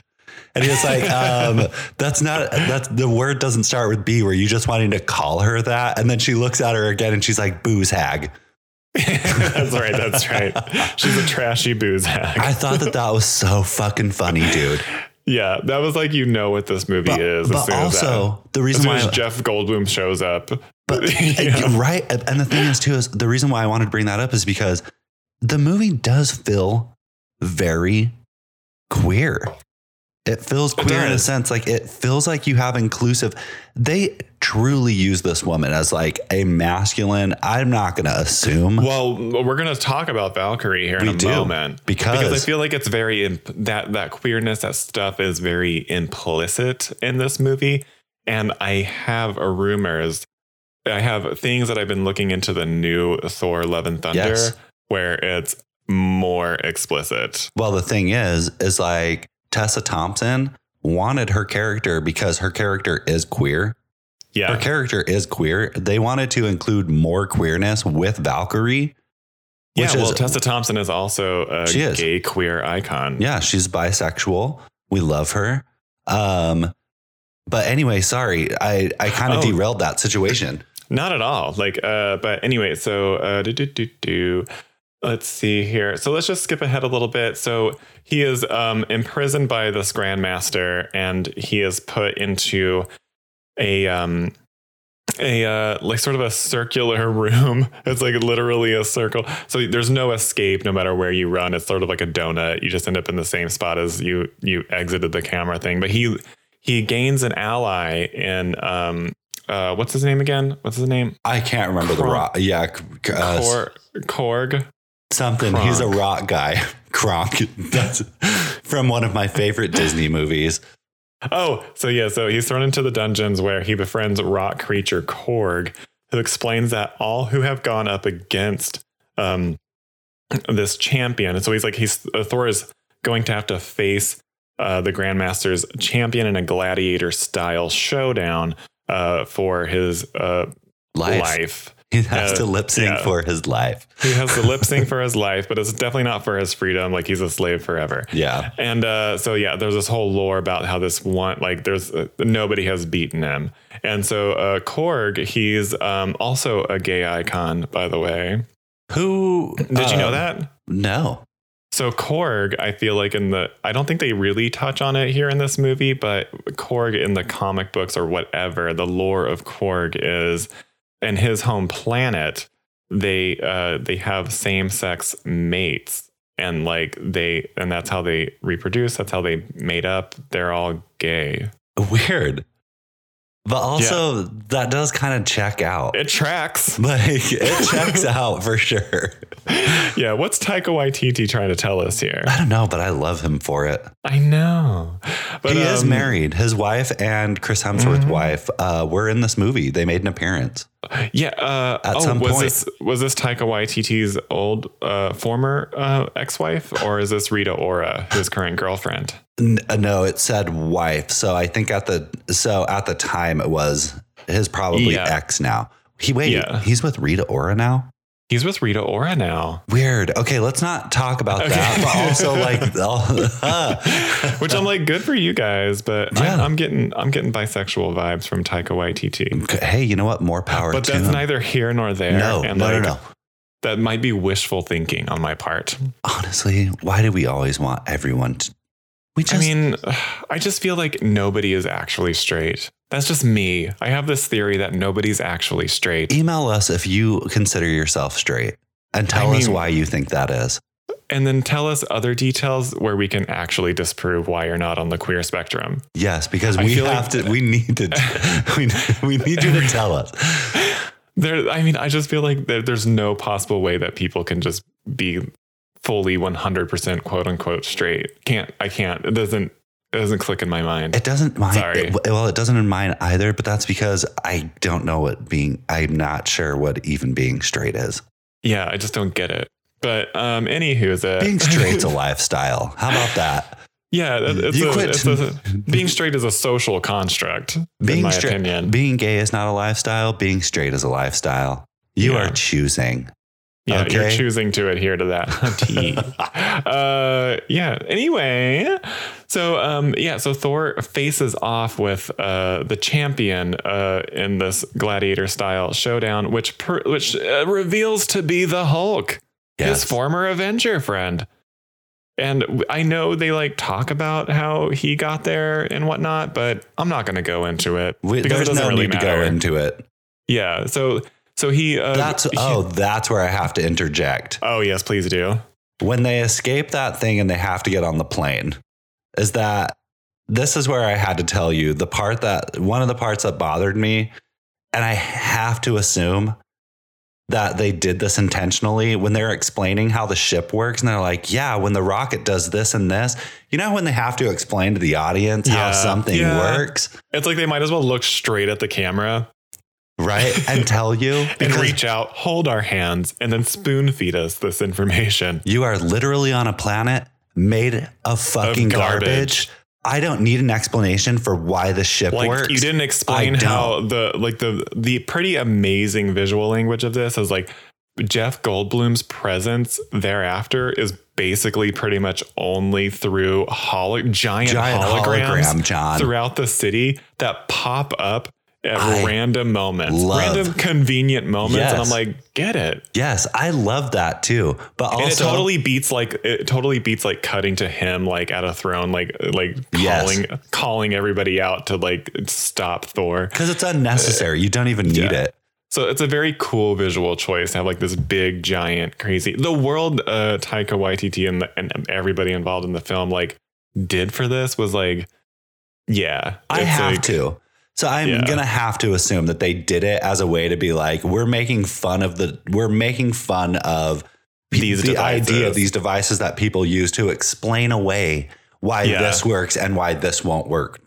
S1: And he was like, um, <laughs> That's not, that's the word doesn't start with B. Were you just wanting to call her that? And then she looks at her again and she's like, Booze hag.
S2: <laughs> that's right, that's
S1: <laughs>
S2: right. She's a trashy booze hack.
S1: I thought that that was so fucking funny,
S2: <laughs>
S1: dude.
S2: yeah, that was like you know what this movie is. as
S1: but
S2: soon as that-
S1: also, the
S2: As
S1: reason
S2: soon
S1: why.
S2: as Jeff Goldblum shows up. <laughs>
S1: But uh,
S2: Yeah.
S1: right, and the thing is too is the reason why I wanted to bring that up is because the movie does feel very queer. It feels queer in a
S2: does.
S1: sense, like it feels like you have inclusive. They truly use this woman as like a masculine. I'm not going to assume
S2: Well, we're going to talk about Valkyrie here
S1: We
S2: in a
S1: do,
S2: moment
S1: because,
S2: because I feel like it's very imp- that that queerness that stuff is very implicit in this movie, and I have a rumors. I have things that I've been looking into the new Thor: Love and Thunder,
S1: Yes.
S2: where it's more explicit.
S1: well, the thing is, is like Tessa Thompson wanted her character because her character is queer her
S2: Yeah,
S1: character is queer. They wanted to include more queerness with Valkyrie.
S2: yeah.
S1: which
S2: Well,
S1: is-
S2: Tessa Thompson is also a
S1: She is.
S2: gay queer icon.
S1: Yeah, she's bisexual. We love her. Um, but anyway, sorry, I, I kind of
S2: Oh.
S1: derailed that situation.
S2: Not at all. Like, uh, but anyway, so uh, do do do do. Let's see here. So let's just skip ahead a little bit. So he is um, imprisoned by this grandmaster, and he is put into a um, a uh, like sort of a circular <laughs> room. It's like literally a circle. So there's no escape, no matter where you run. It's sort of like a donut. You just end up in the same spot as you you exited the camera thing. But he he gains an ally in um, uh, what's his name again? What's his name?
S1: I can't remember the
S2: Kronk.
S1: rock. Yeah, c- c- uh,
S2: Cor- Korg.
S1: something. He's a
S2: Kronk.
S1: rock guy. <laughs> Kronk. That's from one of my favorite Disney movies.
S2: Oh, so yeah, so he's thrown into the dungeons where he befriends rock creature Korg, who explains that all who have gone up against um, this champion, and so he's like, he's uh, Thor is going to have to face uh, the Grandmaster's champion in a gladiator style showdown uh, for his uh,
S1: Life.
S2: life.
S1: He has
S2: Uh,
S1: to lip sync
S2: yeah.
S1: for his life.
S2: He has the lip sync for his <laughs> life, but it's definitely not for his freedom. Like he's a slave forever.
S1: Yeah.
S2: And uh, so yeah, there's this whole lore about how this one like there's uh, nobody has beaten him, and so uh, Korg he's um, also a gay icon by the way.
S1: Who
S2: Did you know
S1: um,
S2: that?
S1: No.
S2: So Korg, I feel like in the I don't think they really touch on it here in this movie, but Korg in the comic books or whatever, the lore of Korg is in his home planet, they uh they have same-sex mates and like they and that's how they
S1: <laughs>
S2: reproduce, that's how they made up. They're all gay.
S1: Weird. But also, that does kind of check out.
S2: It
S1: <laughs>
S2: tracks.
S1: Like
S2: <laughs>
S1: it checks out for sure.
S2: Yeah, what's Taika Waititi trying to tell us here?
S1: I don't know, but I love him for it.
S2: I know. But
S1: he is
S2: um, Mm-hmm.
S1: married. His wife and Chris Hemsworth's wife uh, were in this movie. They made an appearance.
S2: Yeah. Uh,
S1: At
S2: oh,
S1: some
S2: was
S1: point.
S2: this was this Taika Waititi's old uh, former uh, ex-wife, or is this Rita Ora, his current girlfriend?
S1: N- uh, no, it said wife. So I think at the so at the time it was his probably
S2: Yeah.
S1: ex now. He wait,
S2: Yeah.
S1: he's with Rita Ora now?
S2: He's with Rita
S1: <laughs>
S2: Ora now,
S1: Weird. Okay, let's not talk about
S2: Okay.
S1: that. But also like
S2: <laughs>
S1: <laughs>
S2: which I'm like, good for you guys, but I'm,
S1: Yeah.
S2: I'm getting I'm getting bisexual vibes from Taika Waititi.
S1: hey, you know what? More power
S2: But
S1: to
S2: that's
S1: him.
S2: neither here nor there.
S1: no, no,
S2: and
S1: no,
S2: like,
S1: no.
S2: That might be wishful thinking on my part.
S1: Honestly, why do we always want everyone to we just
S2: I mean, <sighs> I just feel like nobody is actually straight. That's just me. I have this theory that nobody's actually straight.
S1: email us if you consider yourself straight and tell us
S2: mean-
S1: why you think that is.
S2: And then tell us other details where we can actually disprove why you're not on the
S1: <sighs>
S2: queer spectrum.
S1: Yes, because
S2: I
S1: we
S2: feel
S1: have
S2: like-
S1: to. We need to.
S2: <laughs>
S1: we, we need you to tell us.
S2: There, I mean, I just feel like there, there's no possible way that people can just be fully 100% quote unquote straight. Can't, I can't. It doesn't, it doesn't click in my mind.
S1: It doesn't mind.
S2: Sorry.
S1: it- well, it doesn't in mine either. But that's because I don't know what being. I'm not sure what even being straight is.
S2: yeah, I just don't get it. But um, anywho's a <laughs>
S1: Being straight's a lifestyle. How about that?
S2: yeah, that- it's
S1: You
S2: a,
S1: quit. <laughs>
S2: it's a- being straight is a social construct. in
S1: Being
S2: my
S1: straight.
S2: opinion,
S1: Being gay is not a lifestyle. Being straight is a lifestyle. You
S2: Yeah.
S1: are choosing.
S2: Yeah, you're
S1: Okay. E.
S2: choosing to adhere
S1: <laughs>
S2: to that. Tea. <laughs> uh, yeah. Anyway, so um, yeah, so Thor faces off with uh, the champion uh, in this gladiator style showdown, which per- which uh, reveals to be the Hulk,
S1: Yes.
S2: his former Avenger friend. And w- I know they like talk about how he got there and whatnot, but I'm not going to go into it
S1: We-
S2: because it
S1: there's
S2: doesn't
S1: no
S2: really
S1: need
S2: matter.
S1: to go into it.
S2: yeah. So so he uh,
S1: That's
S2: he-
S1: oh, that's where I have to interject.
S2: oh yes, please do.
S1: when they escape that thing and they have to get on the plane is that this is where I had to tell you the part that one of the parts that bothered me, and I have to assume that they did this intentionally when they're explaining how the ship works. And they're like, yeah, when the rocket does this and this, you know, when they have to explain to the audience
S2: Yeah.
S1: how something
S2: Yeah.
S1: works,
S2: It's like they might as well look straight at the camera
S1: right? And tell
S2: <laughs>
S1: you
S2: and
S1: because
S2: reach out, hold our hands, and then spoon feed us this information.
S1: you are literally on a planet made of fucking
S2: garbage.
S1: garbage. I don't need an explanation for why the ship
S2: Like
S1: works.
S2: you didn't explain
S1: I don't.
S2: how the like the the pretty amazing visual language of this is like Jeff Goldblum's presence thereafter is basically pretty much only through holo- giant,
S1: giant
S2: holograms
S1: hologram, John.
S2: throughout the city that pop up at
S1: I
S2: random moments,
S1: love-
S2: random convenient moments, and
S1: Yes.
S2: I'm like, get it.
S1: Yes, I love that too. But also,
S2: and it totally beats like it totally beats like cutting to him like at a throne like like
S1: Yes.
S2: calling calling everybody out to like stop Thor.
S1: because it's unnecessary. You don't even need
S2: yeah.
S1: it.
S2: So it's a very cool visual choice to have like this big giant crazy the world uh Taika Waititi and the, and everybody involved in the film like did for this was like yeah
S1: I
S2: it's
S1: have
S2: like-
S1: to. So I'm
S2: Yeah.
S1: gonna have to assume that they did it as a way to be like, we're making fun of the, we're making fun of pe-
S2: These
S1: the idea
S2: devices.
S1: of these devices that people use to explain away why
S2: Yeah.
S1: this works and why this won't work.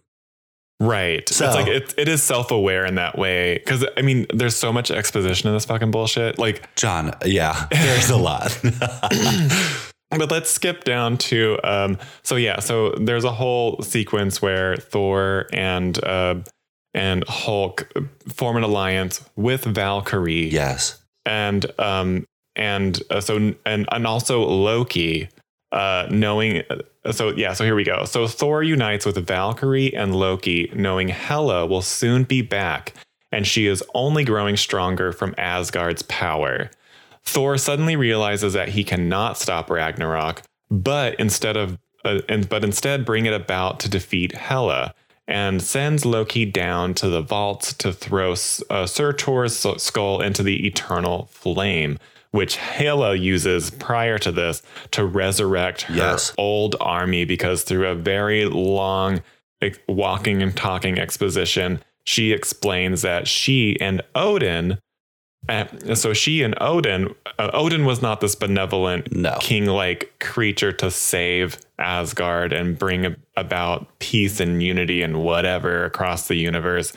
S2: Right. So
S1: So-
S2: it's like it, it is self aware in that way. Cause I mean, there's so much exposition in this fucking bullshit. Like
S1: John, yeah, there's a lot. <laughs>
S2: But let's skip down to um so yeah, so there's a whole sequence where Thor and uh and Hulk form an alliance with Valkyrie
S1: yes,
S2: and um and uh, so and and also Loki uh knowing uh, so yeah, so here we go. So Thor unites with Valkyrie and Loki knowing Hela will soon be back and she is only growing stronger from Asgard's power. Thor suddenly realizes that he cannot stop Ragnarok, but instead of uh, and, but instead bring it about to defeat Hela and sends Loki down to the vaults to throw S- uh, Surtur's s- skull into the eternal flame, which Hela uses prior to this to resurrect her
S1: Yes.
S2: old army because through a very long ex- walking and talking exposition, she explains that she and Odin, and so she and Odin, uh, Odin was not this benevolent
S1: No.
S2: king like creature to save Asgard and bring ab- about peace and unity and whatever across the universe.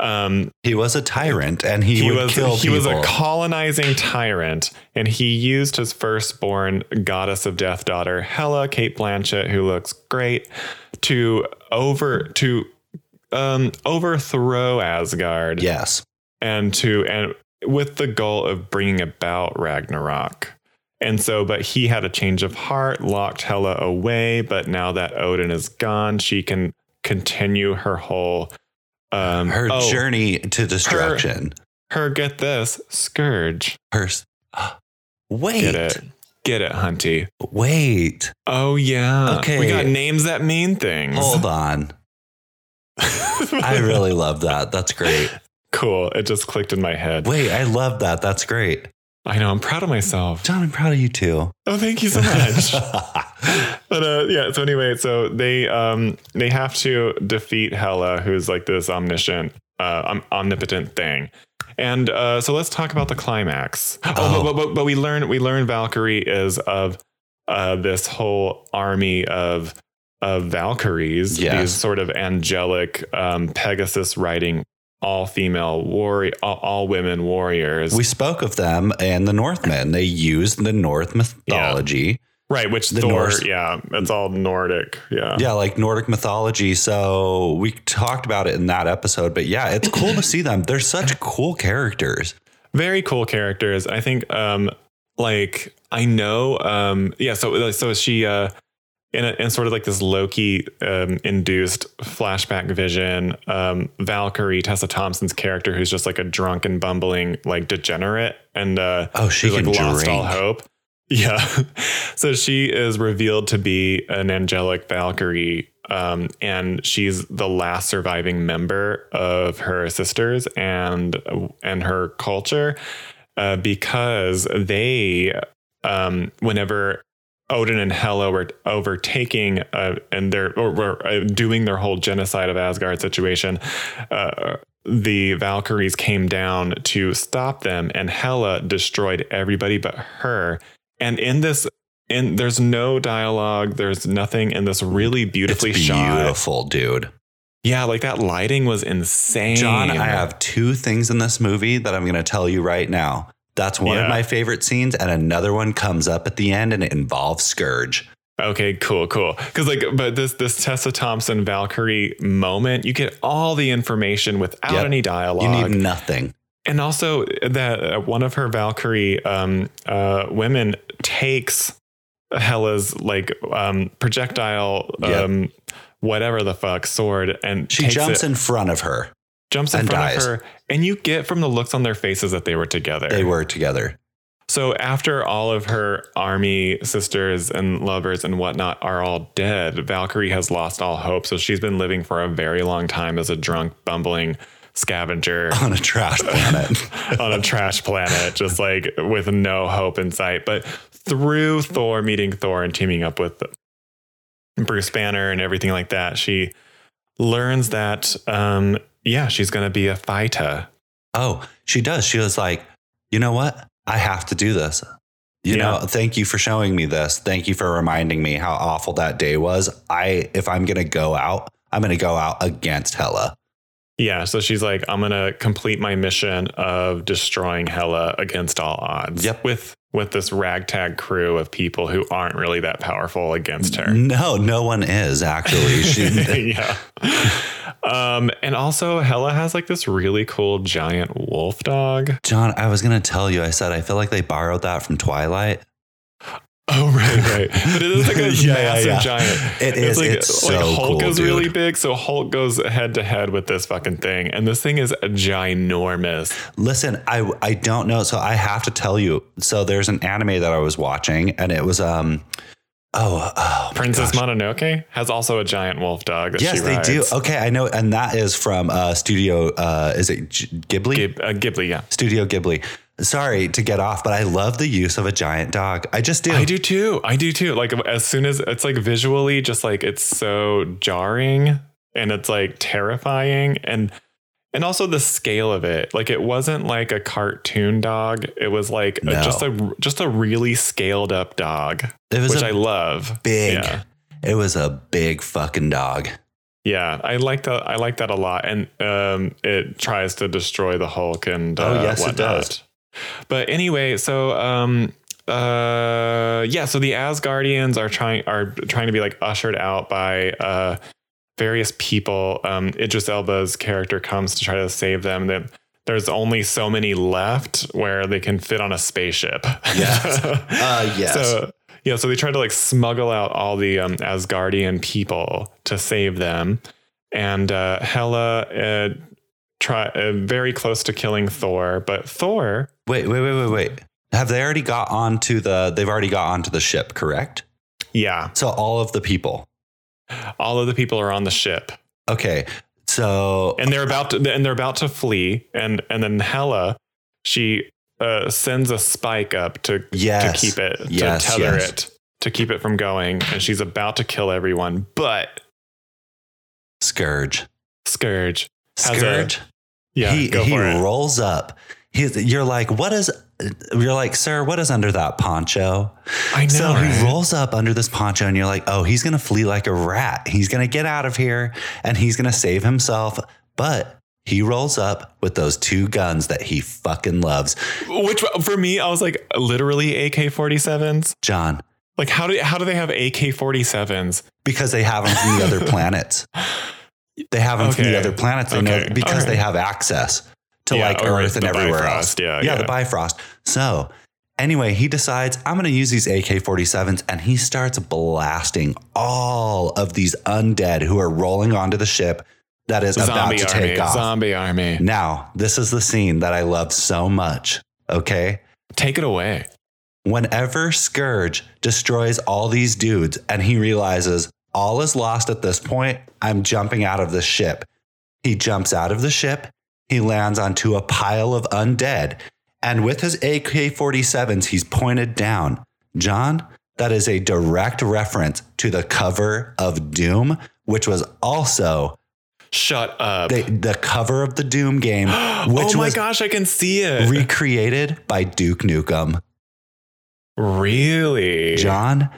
S2: Um,
S1: He was a tyrant and he,
S2: he
S1: would
S2: was
S1: kill
S2: he
S1: people.
S2: was a colonizing tyrant, and he used his firstborn goddess of death daughter Hela, Kate Blanchett, who looks great, to over to um, overthrow Asgard,
S1: yes.
S2: and to and with the goal of bringing about Ragnarok. And so, but he had a change of heart, locked Hela away. But now that Odin is gone, she can continue her whole um,
S1: Her
S2: oh,
S1: journey to destruction.
S2: her get this scourge
S1: Her, s- <gasps> wait.
S2: get it get it hunty
S1: Wait.
S2: oh yeah
S1: Okay.
S2: we got names that mean things <laughs>
S1: Hold on. I really love that. That's great.
S2: cool it just clicked in my head
S1: Wait, I love that. That's great.
S2: i know i'm proud of myself
S1: John, I'm proud of you too.
S2: oh thank you so
S1: <laughs>
S2: much <laughs> but uh, yeah so anyway so they um they have to defeat hela who's like this omniscient uh om- omnipotent thing and uh so let's talk about the climax oh,
S1: Oh.
S2: But, but, but but we learn we learn valkyrie is of uh this whole army of of valkyries
S1: Yes.
S2: these sort of angelic um pegasus riding all female warrior all, all women warriors
S1: we spoke of them and the Northmen. They used the North mythology.
S2: right which
S1: the
S2: thor
S1: Norse-
S2: yeah it's all nordic yeah
S1: Yeah, like Nordic mythology. So we talked about it in that episode. But yeah, it's cool to see them. They're such cool characters.
S2: very cool characters. I think um like I know um yeah so so she uh in, a, in sort of like this Loki um, induced flashback vision, um, Valkyrie Tessa Thompson's character, who's just like a drunk and bumbling like degenerate, and uh,
S1: Oh, she
S2: who's
S1: can
S2: like lost all
S1: drink.
S2: hope. <laughs> Yeah, so she is revealed to be an angelic Valkyrie, um, and she's the last surviving member of her sisters and and her culture, uh, because they, um, whenever Odin and Hela were overtaking uh, and they're or were uh, doing their whole genocide of Asgard situation. Uh, the Valkyries came down to stop them, and Hela destroyed everybody but her. And in this, in there's no dialogue, there's nothing in this really beautifully
S1: it's
S2: shot.
S1: beautiful, dude.
S2: Yeah, like that lighting was insane.
S1: John, I have two things in this movie that I'm going to tell you right now. That's one
S2: Yeah.
S1: of my favorite scenes, and another one comes up at the end, and it involves Scourge.
S2: Okay, cool, cool. Because like, but this this Tessa Thompson Valkyrie moment, you get all the information without
S1: Yep.
S2: any dialogue.
S1: You need nothing.
S2: and also that uh, one of her Valkyrie um, uh, women takes Hela's like um, projectile,
S1: Yep.
S2: um, whatever the fuck sword, and
S1: She
S2: takes
S1: jumps
S2: it,
S1: in front of her.
S2: jumps in
S1: and
S2: front
S1: dies.
S2: of her, and you get from the looks on their faces that they were together.
S1: They were together. <laughs>
S2: So after all of her army sisters and lovers and whatnot are all dead, Valkyrie has lost all hope. So she's been living for a very long time as a drunk, bumbling
S1: <laughs>
S2: scavenger
S1: on a trash planet.
S2: <laughs> on a trash planet, just like with no hope in sight. But through Thor meeting Thor and teaming up with Bruce Banner and everything like that, she learns that um, yeah, she's gonna be a fighter.
S1: oh, she does. She was like, you know what? I have to do this. You
S2: Yeah.
S1: know, thank you for showing me this. Thank you for reminding me how awful that day was. I, if I'm gonna go out, I'm gonna go out against Hella.
S2: Yeah, so she's like, I'm gonna complete my mission of destroying Hela against all odds.
S1: Yep.
S2: With with this ragtag crew of people who aren't really that powerful against her.
S1: No, no one is
S2: <laughs>
S1: actually. She,
S2: yeah. Um, and also Hela has like this really cool giant wolf dog.
S1: John, I was gonna tell you. I said I feel like they borrowed that from Twilight.
S2: Oh <laughs> right, right. But it is like a
S1: <laughs> Yeah, yeah,
S2: massive
S1: yeah.
S2: giant.
S1: It is. It's so
S2: Hulk
S1: cool,
S2: is really
S1: dude.
S2: big, so Hulk goes head to head with this fucking thing, and this thing is ginormous.
S1: Oh Listen, I I don't know, so I have to tell you. So there's an anime that I was watching, and it was um, oh, oh my
S2: Princess
S1: gosh.
S2: Mononoke has also a giant wolf dog. That
S1: Yes,
S2: she
S1: they
S2: rides.
S1: do. Okay, I know, and that is from uh, Studio. Uh, is it G- Ghibli?
S2: Gib- uh, Ghibli, yeah.
S1: Studio Ghibli. Sorry to get off, but I love the use of a giant dog. I just do.
S2: I do too. I do too. Like um, as soon as it's like visually, just like it's so jarring and it's like terrifying and and also the scale of it like it wasn't like a cartoon dog it was like a-
S1: No.
S2: just a just a really scaled up dog
S1: It was
S2: which
S1: a
S2: i love
S1: big.
S2: yeah
S1: It was a big fucking dog.
S2: yeah i like that i like that a lot and um it tries to destroy the hulk and
S1: Oh,
S2: uh,
S1: yes, it
S2: whatnot.
S1: does.
S2: but anyway so um uh yeah so the asgardians are trying are trying to be like ushered out by uh various people um idris elba's character comes to try to save them then there's only so many left where they can fit on a spaceship
S1: Yes.
S2: <laughs>
S1: Uh, yes.
S2: So yeah, so they try to like smuggle out all the um, Asgardian people to save them, and uh, Hela uh, try uh, very close to killing Thor, but Thor.
S1: Wait, wait, wait, wait, wait. Have they already got onto the? They've already got onto the ship, correct?
S2: Yeah,
S1: So all of the people.
S2: all of the people are on the ship,
S1: Okay, so
S2: and they're about to and they're about to flee, and and then Hela, she uh, sends a spike up to
S1: yes,
S2: to keep it
S1: Yes,
S2: to tether
S1: yes.
S2: it to keep it from going, and she's about to kill everyone, but
S1: Scourge, Scourge,
S2: Has a-
S1: Scourge.
S2: yeah,
S1: he
S2: go
S1: he
S2: for it.
S1: rolls up. He's, you're like, what is? You're like, sir, what is under that poncho?
S2: I know.
S1: So
S2: right?
S1: he rolls up under this poncho, and you're like, oh, he's gonna flee like a rat. He's gonna get out of here, and he's gonna save himself. But he rolls up with those two guns that he fucking loves.
S2: Which for me, I was like, literally AK forty sevens.
S1: John,
S2: Like, how do how do they have AK forty sevens?
S1: because they have them from the
S2: <laughs>
S1: other planets. They have them from the
S2: Okay.
S1: other planets. They
S2: Okay.
S1: know because
S2: Alright.
S1: they have access to
S2: Yeah,
S1: like
S2: or
S1: Earth and
S2: the
S1: everywhere
S2: Bifrost.
S1: else.
S2: Yeah,
S1: yeah,
S2: Oh, yeah.
S1: the Bifrost. So anyway, he decides I'm going to use these AK-47s, and he starts blasting all of these undead who are rolling onto the ship that is about
S2: Zombie
S1: to
S2: army.
S1: take off.
S2: Zombie army.
S1: Now, this is the scene that I love so much. Okay.
S2: Take it away.
S1: Whenever Scourge destroys all these dudes and he realizes all is lost at this point, I'm jumping out of the ship. He jumps out of the ship. He lands onto a pile of undead. And with his AK 47s, he's pointed down. John, that is a direct reference to the cover of Doom, which was also
S2: Shut up.
S1: the, the cover of the Doom game, which
S2: <gasps> oh my
S1: was
S2: gosh, I can see it.
S1: recreated by Duke Nukem.
S2: really?
S1: John,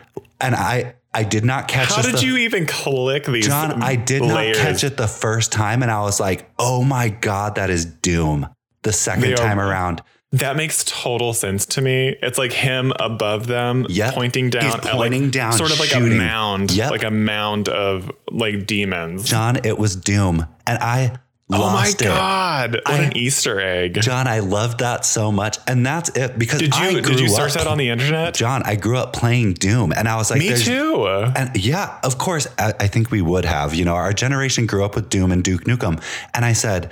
S1: and I I did not catch
S2: how
S1: this
S2: did
S1: the-
S2: you even click these?
S1: John, I did
S2: layers?
S1: not catch it the first time and I was like, "Oh my god, that is doom." The second
S2: They are-
S1: time around,
S2: That makes total sense to me. It's like him above them,
S1: Yep.
S2: pointing down,
S1: he's
S2: at, like,
S1: pointing down
S2: sort of like a
S1: shooting.
S2: mound,
S1: Yep.
S2: like a mound of like demons.
S1: John, it was doom, and I lost
S2: oh my
S1: it.
S2: god! What
S1: I-
S2: an Easter egg!
S1: John, I loved that so much, and that's it because
S2: Did
S1: I
S2: you did
S1: grew
S2: you search
S1: up-
S2: that on the internet?
S1: John, I grew up playing Doom, and I was like,
S2: Me
S1: there's-
S2: too.
S1: And yeah, of course, I, I think we would have. You know, our generation grew up with Doom and Duke Nukem. And I said,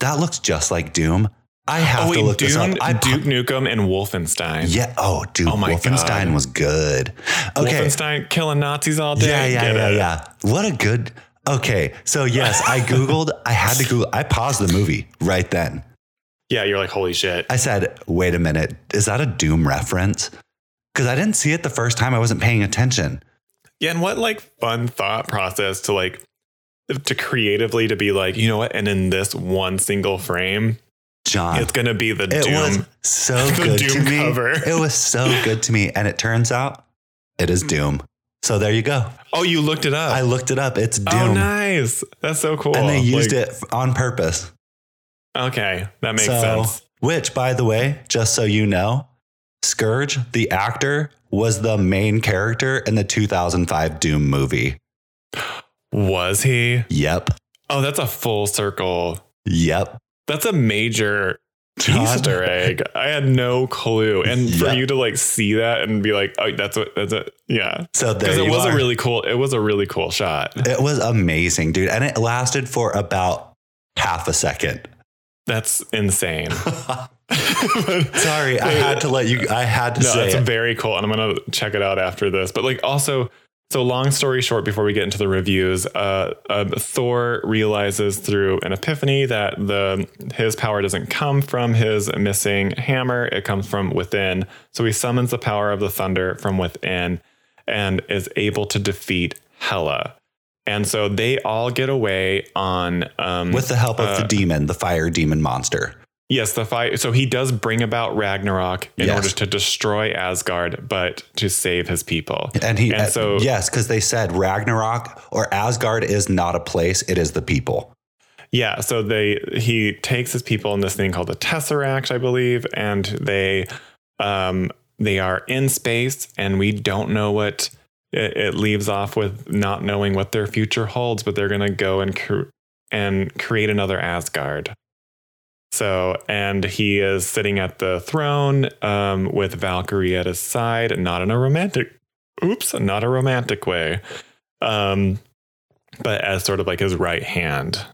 S1: that looks just like Doom. I have
S2: Oh wait,
S1: to look
S2: Dune,
S1: this up. I
S2: Duke Nukem and Wolfenstein.
S1: yeah. Oh, dude,
S2: Oh my
S1: Wolfenstein
S2: God.
S1: was good. Okay.
S2: Wolfenstein killing Nazis all day.
S1: Yeah, yeah,
S2: Get
S1: yeah,
S2: it.
S1: yeah. What a good. Okay, so yes,
S2: <laughs>
S1: I googled. I had to Google. I paused the movie right then.
S2: Yeah, you're like, holy shit.
S1: I said, "Wait a minute, is that a Doom reference?" Because I didn't see it the first time. I wasn't paying attention.
S2: yeah, and what like fun thought process to like to creatively to be like, you know what? And in this one single frame,
S1: John,
S2: it's gonna be the
S1: Ah. It
S2: Doom.
S1: was so
S2: <laughs> The
S1: good to
S2: Doom
S1: me.
S2: cover.
S1: It was so good to me, and it turns out it is Doom. So there you go.
S2: Oh, you looked it up.
S1: I looked it up. It's Doom,
S2: oh, nice. That's so cool.
S1: and they used it
S2: Like,
S1: f- on purpose.
S2: Okay, that makes
S1: so,
S2: sense.
S1: Which, by the way, just so you know, Scourge, the actor, was the main character in the 2005 Doom movie.
S2: Was he?
S1: Yep,
S2: Oh, that's a full circle.
S1: yep.
S2: That's a major
S1: John.
S2: Easter egg. I had no clue, and for
S1: Yeah.
S2: you to like see that and be like, "Oh, that's what that's it." Yeah,
S1: So
S2: because
S1: there
S2: it
S1: you
S2: was
S1: are.
S2: a really cool. It was a really cool shot.
S1: it was amazing, dude, and it lasted for about half a second.
S2: That's
S1: <laughs>
S2: insane. <laughs>
S1: Sorry, I had to let you. I had to
S2: No,
S1: say
S2: that's
S1: it.
S2: very cool, and I'm gonna check it out after this. But like, also, so long story short, before we get into the reviews, uh, um, Thor realizes through an epiphany that the his power doesn't come from his missing hammer; it comes from within. So he summons the power of the thunder from within, and is able to defeat Hela. And so they all get away on um,
S1: with the help of
S2: uh,
S1: the demon, the fire demon monster.
S2: Yes, the fight. So he does bring about Ragnarok in
S1: Yes.
S2: order to destroy Asgard, but to save his people.
S1: And he, uh,
S2: And so-
S1: yes, because they said Ragnarok or Asgard is not a place; it is the people.
S2: Yeah, so they he takes his people in this thing called the Tesseract, I believe, and they um they are in space and we don't know what it, it leaves off with not knowing what their future holds, but they're going to go and cr- and create another Asgard. So, and he is sitting at the throne um, with Valkyrie at his side, not in a romantic, oops, not a romantic way, um, but as sort of like his right hand.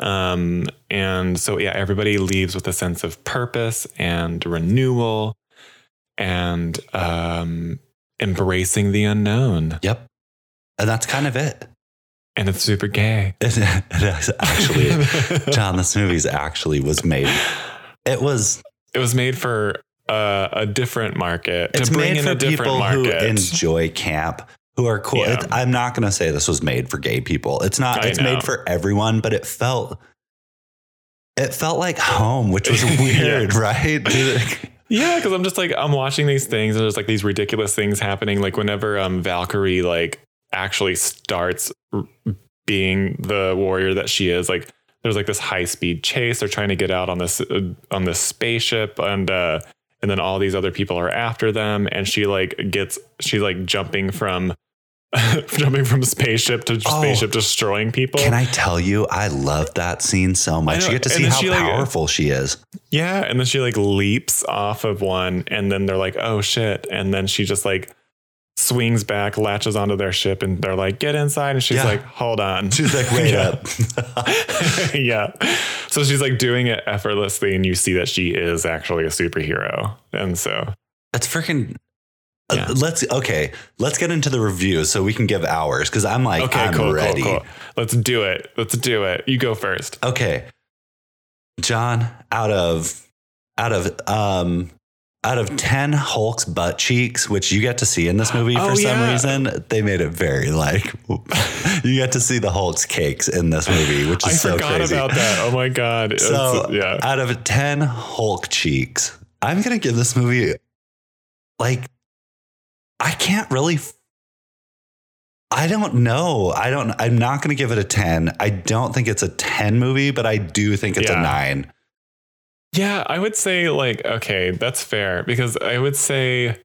S2: Um, and so, yeah, everybody leaves with a sense of purpose and renewal and um, embracing the unknown.
S1: Yep, and that's kind of it.
S2: And it's super gay.
S1: It, it is <laughs> actually, John, this movie's actually was made. It was.
S2: It was made for uh, a different market
S1: It's
S2: to bring
S1: made
S2: in
S1: for
S2: a different
S1: people who
S2: market.
S1: enjoy camp, who are cool.
S2: Yeah.
S1: It's- I'm not going to say this was made for gay people. It's not.
S2: I
S1: it's
S2: know.
S1: made for everyone, but it felt. It felt like home, which
S2: <laughs>
S1: was weird, right?
S2: yeah, because I'm just like I'm watching these things, and there's like these ridiculous things happening. Like whenever um Valkyrie like actually starts r- being the warrior that she is, like there's like this high speed chase. They're trying to get out on this uh, on this spaceship, and uh, and then all these other people are after them, and she like gets she's like jumping from. <laughs> jumping from spaceship to
S1: Oh.
S2: spaceship, destroying people.
S1: Can I tell you, I love that scene so much.
S2: know,
S1: You get to
S2: and
S1: see
S2: then
S1: how
S2: she, like-
S1: powerful she is.
S2: Yeah, and then she like leaps off of one, and then they're like, "Oh shit!" And then she just like swings back, latches onto their ship, and they're like, "Get inside!" And she's
S1: Yeah.
S2: like, "Hold
S1: <laughs>
S2: on."
S1: She's
S2: <laughs>
S1: like, wait
S2: Yeah.
S1: up. <laughs>
S2: yeah. So she's like doing it effortlessly, and you see that she is actually a superhero, and so
S1: That's freaking.
S2: Yeah.
S1: Uh, let's okay. Let's get into the review so we can give hours because I'm like
S2: okay,
S1: I'm
S2: cool,
S1: ready.
S2: cool, cool. Let's do it. Let's do it. You go first.
S1: Okay, John, out of out of um out of ten Hulk's butt cheeks, which you get to see in this movie
S2: Oh,
S1: for some
S2: yeah.
S1: reason, they made it very like <laughs> you get to see the Hulk's cakes in this movie, which is
S2: I
S1: so
S2: forgot
S1: crazy.
S2: about that. Oh my
S1: <laughs>
S2: god.
S1: So,
S2: It's- yeah.
S1: out of 10 Hulk cheeks, I'm going to give this movie like I can't really f- I don't know. I don't I'm not going to give it a 10. I don't think it's a 10 movie, but I do think it's
S2: Yeah.
S1: a 9.
S2: Yeah, I would say like okay, that's fair because I would say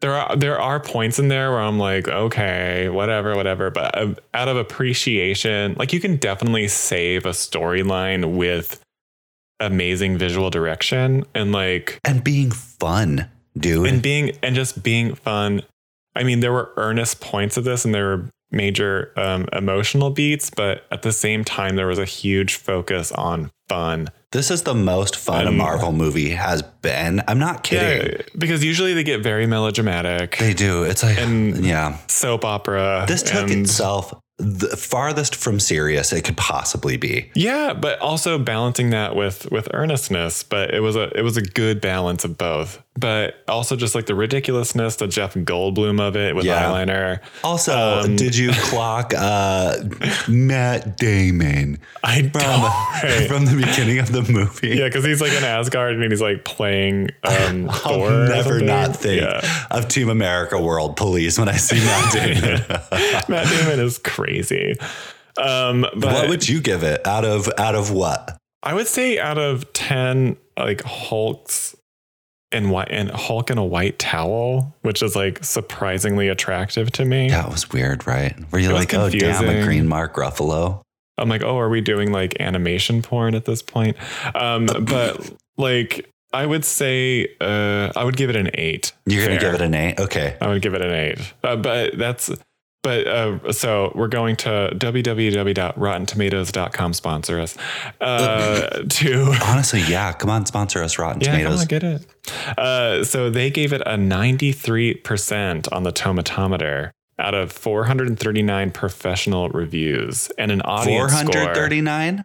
S2: there are there are points in there where I'm like okay, whatever, whatever, but uh, out of appreciation, like you can definitely save a storyline with amazing visual direction and like
S1: And being fun, dude.
S2: and being and just being fun. I mean, there were earnest points of this, and there were major um, emotional beats, but at the same time, there was a huge focus on fun
S1: this is the most fun a
S2: Um,
S1: Marvel movie has been. I'm not kidding.
S2: Yeah, because usually they get very melodramatic,
S1: They do. It's like
S2: And-
S1: yeah.
S2: soap opera.
S1: This took
S2: and-
S1: itself the farthest from serious it could possibly be.
S2: Yeah, but also balancing that with with earnestness. But it was a it was a good balance of both. But also just like the ridiculousness, the Jeff Goldblum of it with
S1: Yeah.
S2: eyeliner.
S1: Also,
S2: Um,
S1: did you clock uh, Matt Damon
S2: <laughs> I
S1: from, <laughs>
S2: don't.
S1: from the beginning of the movie?
S2: <laughs> yeah, because he's like an Asgard and he's like playing um,
S1: <laughs> I'll
S2: Thor. or
S1: never
S2: something.
S1: not think
S2: Yeah.
S1: of Team America World Police when I see
S2: <laughs>
S1: Matt Damon.
S2: Matt Damon is crazy. Um, but
S1: what would you give it out of out of what?
S2: I would say out of ten, like Hulk's and white and Hulk in a white towel, which is like surprisingly attractive to me.
S1: That was weird, right? Were you
S2: It was
S1: like, oh damn, a
S2: confusing.
S1: green mark Ruffalo?
S2: I'm like, oh, are we doing like animation porn at this point? Um, but like, I would say uh, I would give it an eight.
S1: You're gonna
S2: Fair.
S1: give it an eight? Okay.
S2: I would give it an eight. Uh, but that's but uh, so we're going to www.rottentomatoes.com sponsor us uh, to
S1: Honestly, yeah. Come on, sponsor us, Rotten
S2: Yeah,
S1: Tomatoes.
S2: I get it. Uh, so they gave it a 93% on the tomatometer out of 439 professional reviews and an audience score.
S1: 439?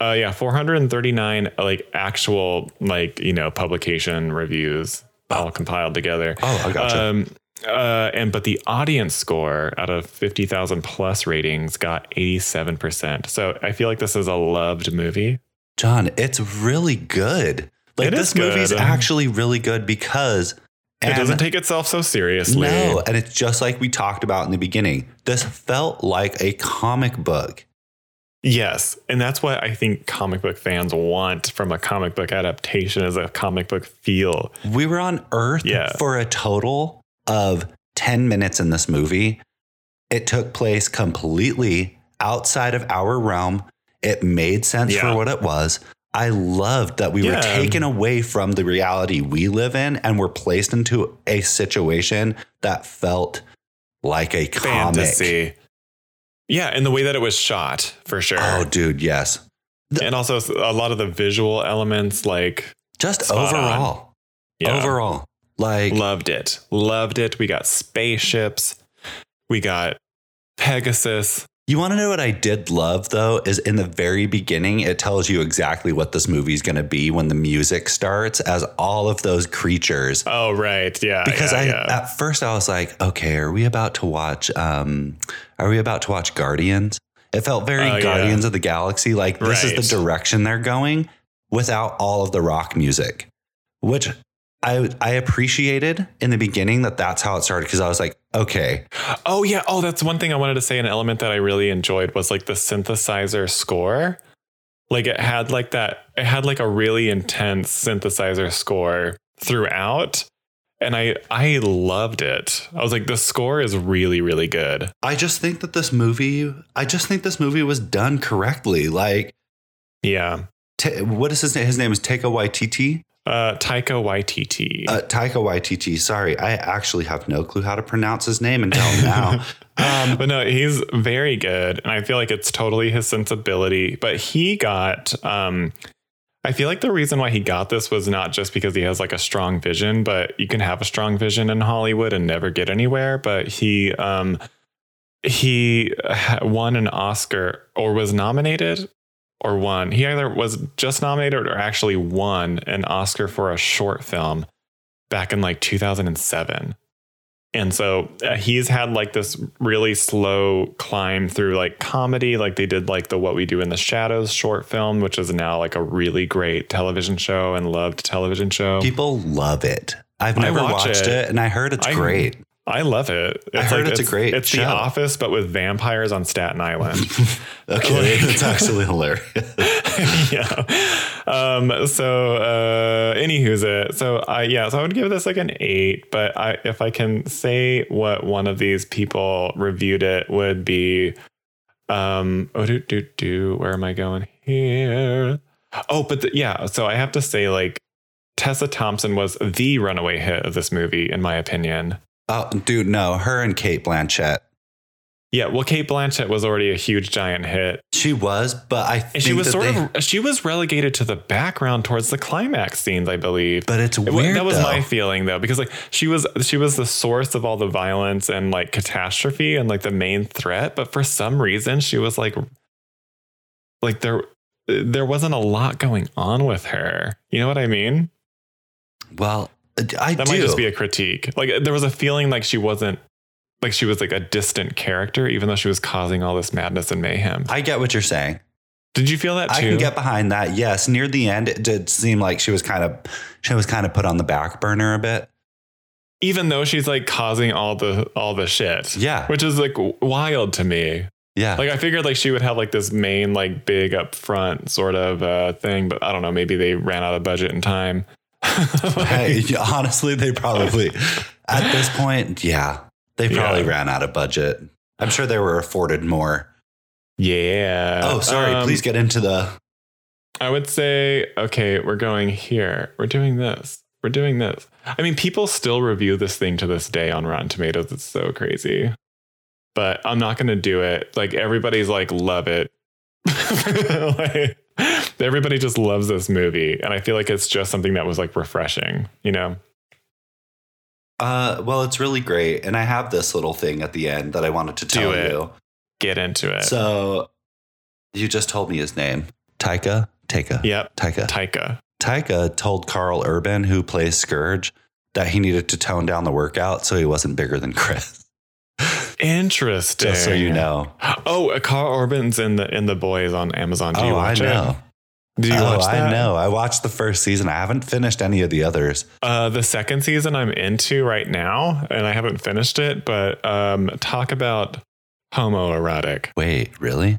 S2: Uh, yeah, 439 like actual like, you know, publication reviews all compiled together.
S1: Oh, I gotcha.
S2: Um, Uh, and but the audience score out of 50,000 plus ratings got 87%. So I feel like this is a loved movie.
S1: John, it's really good. Like
S2: It
S1: this
S2: is good.
S1: movie's actually really good because
S2: it
S1: and-
S2: doesn't take itself so seriously.
S1: No, and it's just like we talked about in the beginning. This felt like a comic book.
S2: Yes, and that's what I think comic book fans want from a comic book adaptation is a comic book feel.
S1: We were on Earth
S2: Yeah.
S1: for a total of 10 minutes in this movie. It took place completely outside of our realm. It made sense
S2: Yeah.
S1: for what it was. I loved that we were
S2: Yeah.
S1: taken away from the reality we live in and were placed into a situation that felt like a comic.
S2: fantasy. Yeah, and the way that it was shot for sure.
S1: Oh, dude, yes.
S2: and also s- a lot of the visual elements, like
S1: Just
S2: Spot on.
S1: overall.
S2: yeah,
S1: overall. Like
S2: loved it, loved it. We got spaceships, we got Pegasus.
S1: you want to know what I did love though is in the very beginning it tells you exactly what this movie's going to be when the music starts as all of those creatures.
S2: Oh right, yeah,
S1: Because
S2: yeah,
S1: I
S2: yeah.
S1: at first I was like, okay, are we about to watch um are we about to watch Guardians? It felt very
S2: Oh, yeah.
S1: Guardians of the Galaxy like this
S2: Right.
S1: is the direction they're going without all of the rock music, which I I appreciated in the beginning that that's how it started because I was like, okay,
S2: Oh yeah. Oh, that's one thing I wanted to say. An element that I really enjoyed was like the synthesizer score. Like it had like that. It had like a really intense synthesizer score throughout, and I I loved it. I was like, the score is really really good.
S1: I just think that this movie, I just think this movie was done correctly. Like,
S2: Yeah.
S1: t- what is his name? His name is Taika Waititi.
S2: Uh, Taika Waititi.
S1: Uh, Taika Waititi. Sorry, I actually have no clue how to pronounce his name
S2: <laughs>
S1: until now. um,
S2: but no, he's very good, and I feel like it's totally his sensibility. But he got, um, I feel like the reason why he got this was not just because he has like a strong vision, but you can have a strong vision in Hollywood and never get anywhere. But he, um, he ha- won an Oscar or was nominated or won. He either was just nominated or actually won an Oscar for a short film back in like 2007. And so uh, he's had like this really slow climb through like comedy. Like they did like the What We Do in the Shadows short film, which is now like a really great television show and loved television show.
S1: people love it. I've
S2: Um, I
S1: never
S2: watch
S1: watched it.
S2: it.
S1: and I heard it's
S2: I- <laughs>
S1: great. <laughs>
S2: I love it. It's
S1: I heard it's a great
S2: It's
S1: show.
S2: The Office, but with vampires on Staten Island.
S1: Okay,
S2: Like-
S1: it's actually hilarious. <laughs>
S2: <laughs> yeah. Um, so, uh, anywho's it. So, I yeah. So I would give this like an eight. But I, if I can say what one of these people reviewed it would be, um, oh do do do. Where am I going here? Oh, but the, yeah. So I have to say like. Tessa Thompson was the runaway hit of this movie, in my opinion.
S1: oh, dude, no, her and Kate Blanchett.
S2: Yeah, well, Kate Blanchett was already a huge giant hit,
S1: She was, but I think
S2: and she was
S1: that
S2: sort
S1: they,
S2: of she was relegated to the background towards the climax scenes, I believe.
S1: But it's
S2: It wa-
S1: weird.
S2: that was
S1: though.
S2: my feeling though, because like she was she was the source of all the violence and like catastrophe and like the main threat. But for some reason, she was like like there there wasn't a lot going on with her. You know what I mean?
S1: Well, I
S2: That
S1: do.
S2: might just be a critique. Like there was a feeling like she wasn't like she was like a distant character, even though she was causing all this madness and mayhem.
S1: I get what you're saying.
S2: Did you feel that too?
S1: I can get behind that. Yes, near the end, it did seem like she was kind of she was kind of put on the back burner a bit.
S2: even though she's like causing all the all the shit
S1: Yeah,
S2: which is like w- wild to me
S1: yeah.
S2: like i figured like she would have like this main like big up front sort of uh thing but i don't know maybe they ran out of budget and time
S1: <laughs>
S2: <laughs>
S1: hey, <laughs> honestly, they probably at this point, yeah, they probably
S2: Yeah.
S1: ran out of budget. I'm sure they were afforded more.
S2: yeah
S1: oh, sorry.
S2: Um,
S1: please get into the.
S2: i would say okay we're going here we're doing this we're doing this i mean people still review this thing to this day on rotten tomatoes it's so crazy but i'm not gonna do it like everybody's like love it <laughs> Like, everybody just loves this movie and i feel like it's just something that was like refreshing you know
S1: Uh, well, it's really great, and I have this little thing at the end that I wanted to
S2: Do
S1: tell
S2: it.
S1: you.
S2: get into it
S1: So, you just told me his name, Taika. Taika.
S2: yep
S1: Taika.
S2: taika
S1: Taika told Carl Urban, who plays Scourge, that he needed to tone down the workout so he wasn't bigger than Chris. <laughs>
S2: Interesting.
S1: Just so you know.
S2: Oh, Carl Orban's in the in the boys on Amazon. Do you
S1: oh, I
S2: watch
S1: know.
S2: it? Do you
S1: oh,
S2: watch that?
S1: I know. I watched the first season. I haven't finished any of the others.
S2: Uh, the second season I'm into right now, and I haven't finished it, but um, talk about homoerotic.
S1: Wait, really?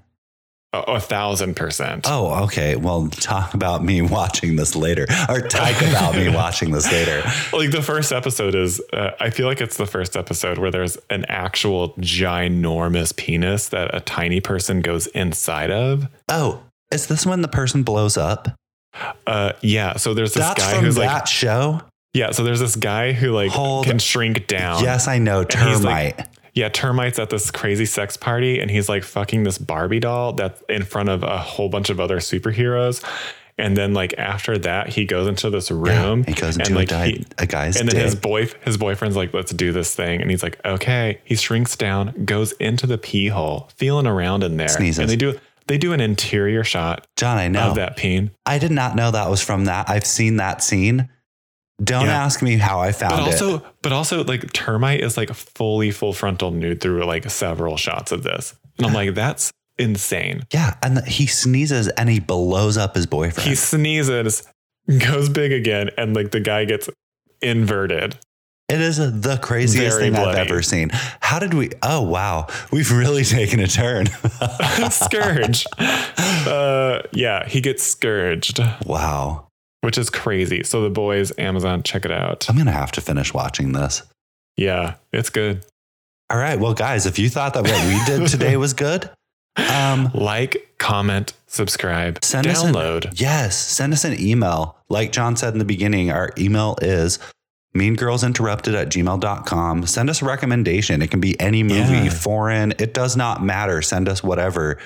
S2: A, a thousand percent. <laughs>
S1: Oh, okay. Well, talk about me <laughs> watching this later, or talk about
S2: <laughs>
S1: me watching this later.
S2: Like the first episode is, uh, I feel like it's the first episode where there's an actual ginormous penis that a tiny person goes inside of.
S1: Oh, is this when the person blows up?
S2: Uh, yeah. So there's this
S1: That's
S2: guy
S1: from
S2: who's
S1: that
S2: like,
S1: show.
S2: yeah. So there's this guy who like
S1: Hold-
S2: can shrink down.
S1: Yes, I know.
S2: he's
S1: Termite.
S2: like- Yeah, termites at this crazy sex party, and he's like fucking this Barbie doll that's in front of a whole bunch of other superheroes. And then like after that, he goes into this room
S1: he goes
S2: and
S1: into
S2: like
S1: a, guy,
S2: he-
S1: a guy's
S2: and then
S1: dick.
S2: his boy his boyfriend's like, let's do this thing. And he's like, okay. He shrinks down, goes into the pee hole, feeling around in there.
S1: Sneezes.
S2: And they do they do an interior shot
S1: John, I know.
S2: of that peen.
S1: I did not know that was from that. I've seen that scene. Don't
S2: Yeah.
S1: ask me how I
S2: But
S1: found it.
S2: also, but also like termite is like fully full frontal nude through like several shots of this. And I'm like, that's insane.
S1: Yeah, and the, he sneezes and he blows up his boyfriend.
S2: He sneezes, goes big again, and like the guy gets inverted. <laughs>
S1: it is the craziest
S2: Very
S1: thing I've
S2: bloody.
S1: ever seen. How did we? Oh wow, we've really <laughs> taken a
S2: <laughs>
S1: turn.
S2: Scourge. Uh, yeah, he gets scourged,
S1: <laughs> wow,
S2: which is crazy. So the boys, Amazon, check it out.
S1: I'm gonna have to finish watching this.
S2: Yeah, it's good.
S1: All right, well, guys, if you thought that what we did today was good, um,
S2: Like, comment, subscribe,
S1: Send us an-
S2: download.
S1: yes, send us an email. Like John said in the beginning, our email is meangirlsinterrupted at gmail.com. Send us a recommendation. It can be any movie,
S2: Yeah.
S1: foreign, it does not matter. Send us whatever.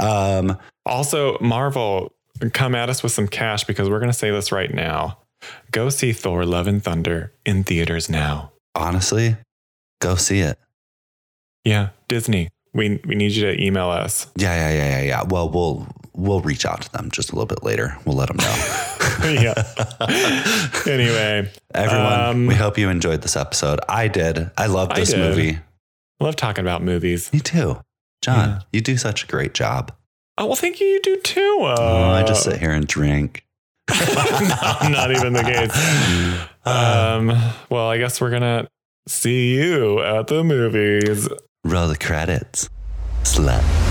S1: Um,
S2: also, Marvel, come at us with some cash because we're going to say this right now. Go see Thor: Love and Thunder in theaters now.
S1: honestly, go see it.
S2: Yeah, Disney, we we need you to email us.
S1: <laughs> Yeah, yeah, yeah, yeah, yeah. Well, we'll we'll reach out to them just a little bit later. We'll let them know.
S2: <laughs> Yeah.
S1: <laughs>
S2: anyway,
S1: Everyone,
S2: Um,
S1: we hope you enjoyed this episode. I did. I love
S2: I
S1: this
S2: did.
S1: movie.
S2: love talking about movies.
S1: Me too. John,
S2: Yeah.
S1: you do such a great job.
S2: Oh, well, thank you. You do too. Uh,
S1: oh, I just sit here and drink.
S2: <laughs> No, not even the case.
S1: <laughs> Uh,
S2: Um, well, I guess we're going to see you at the movies.
S1: roll the credits. Slut.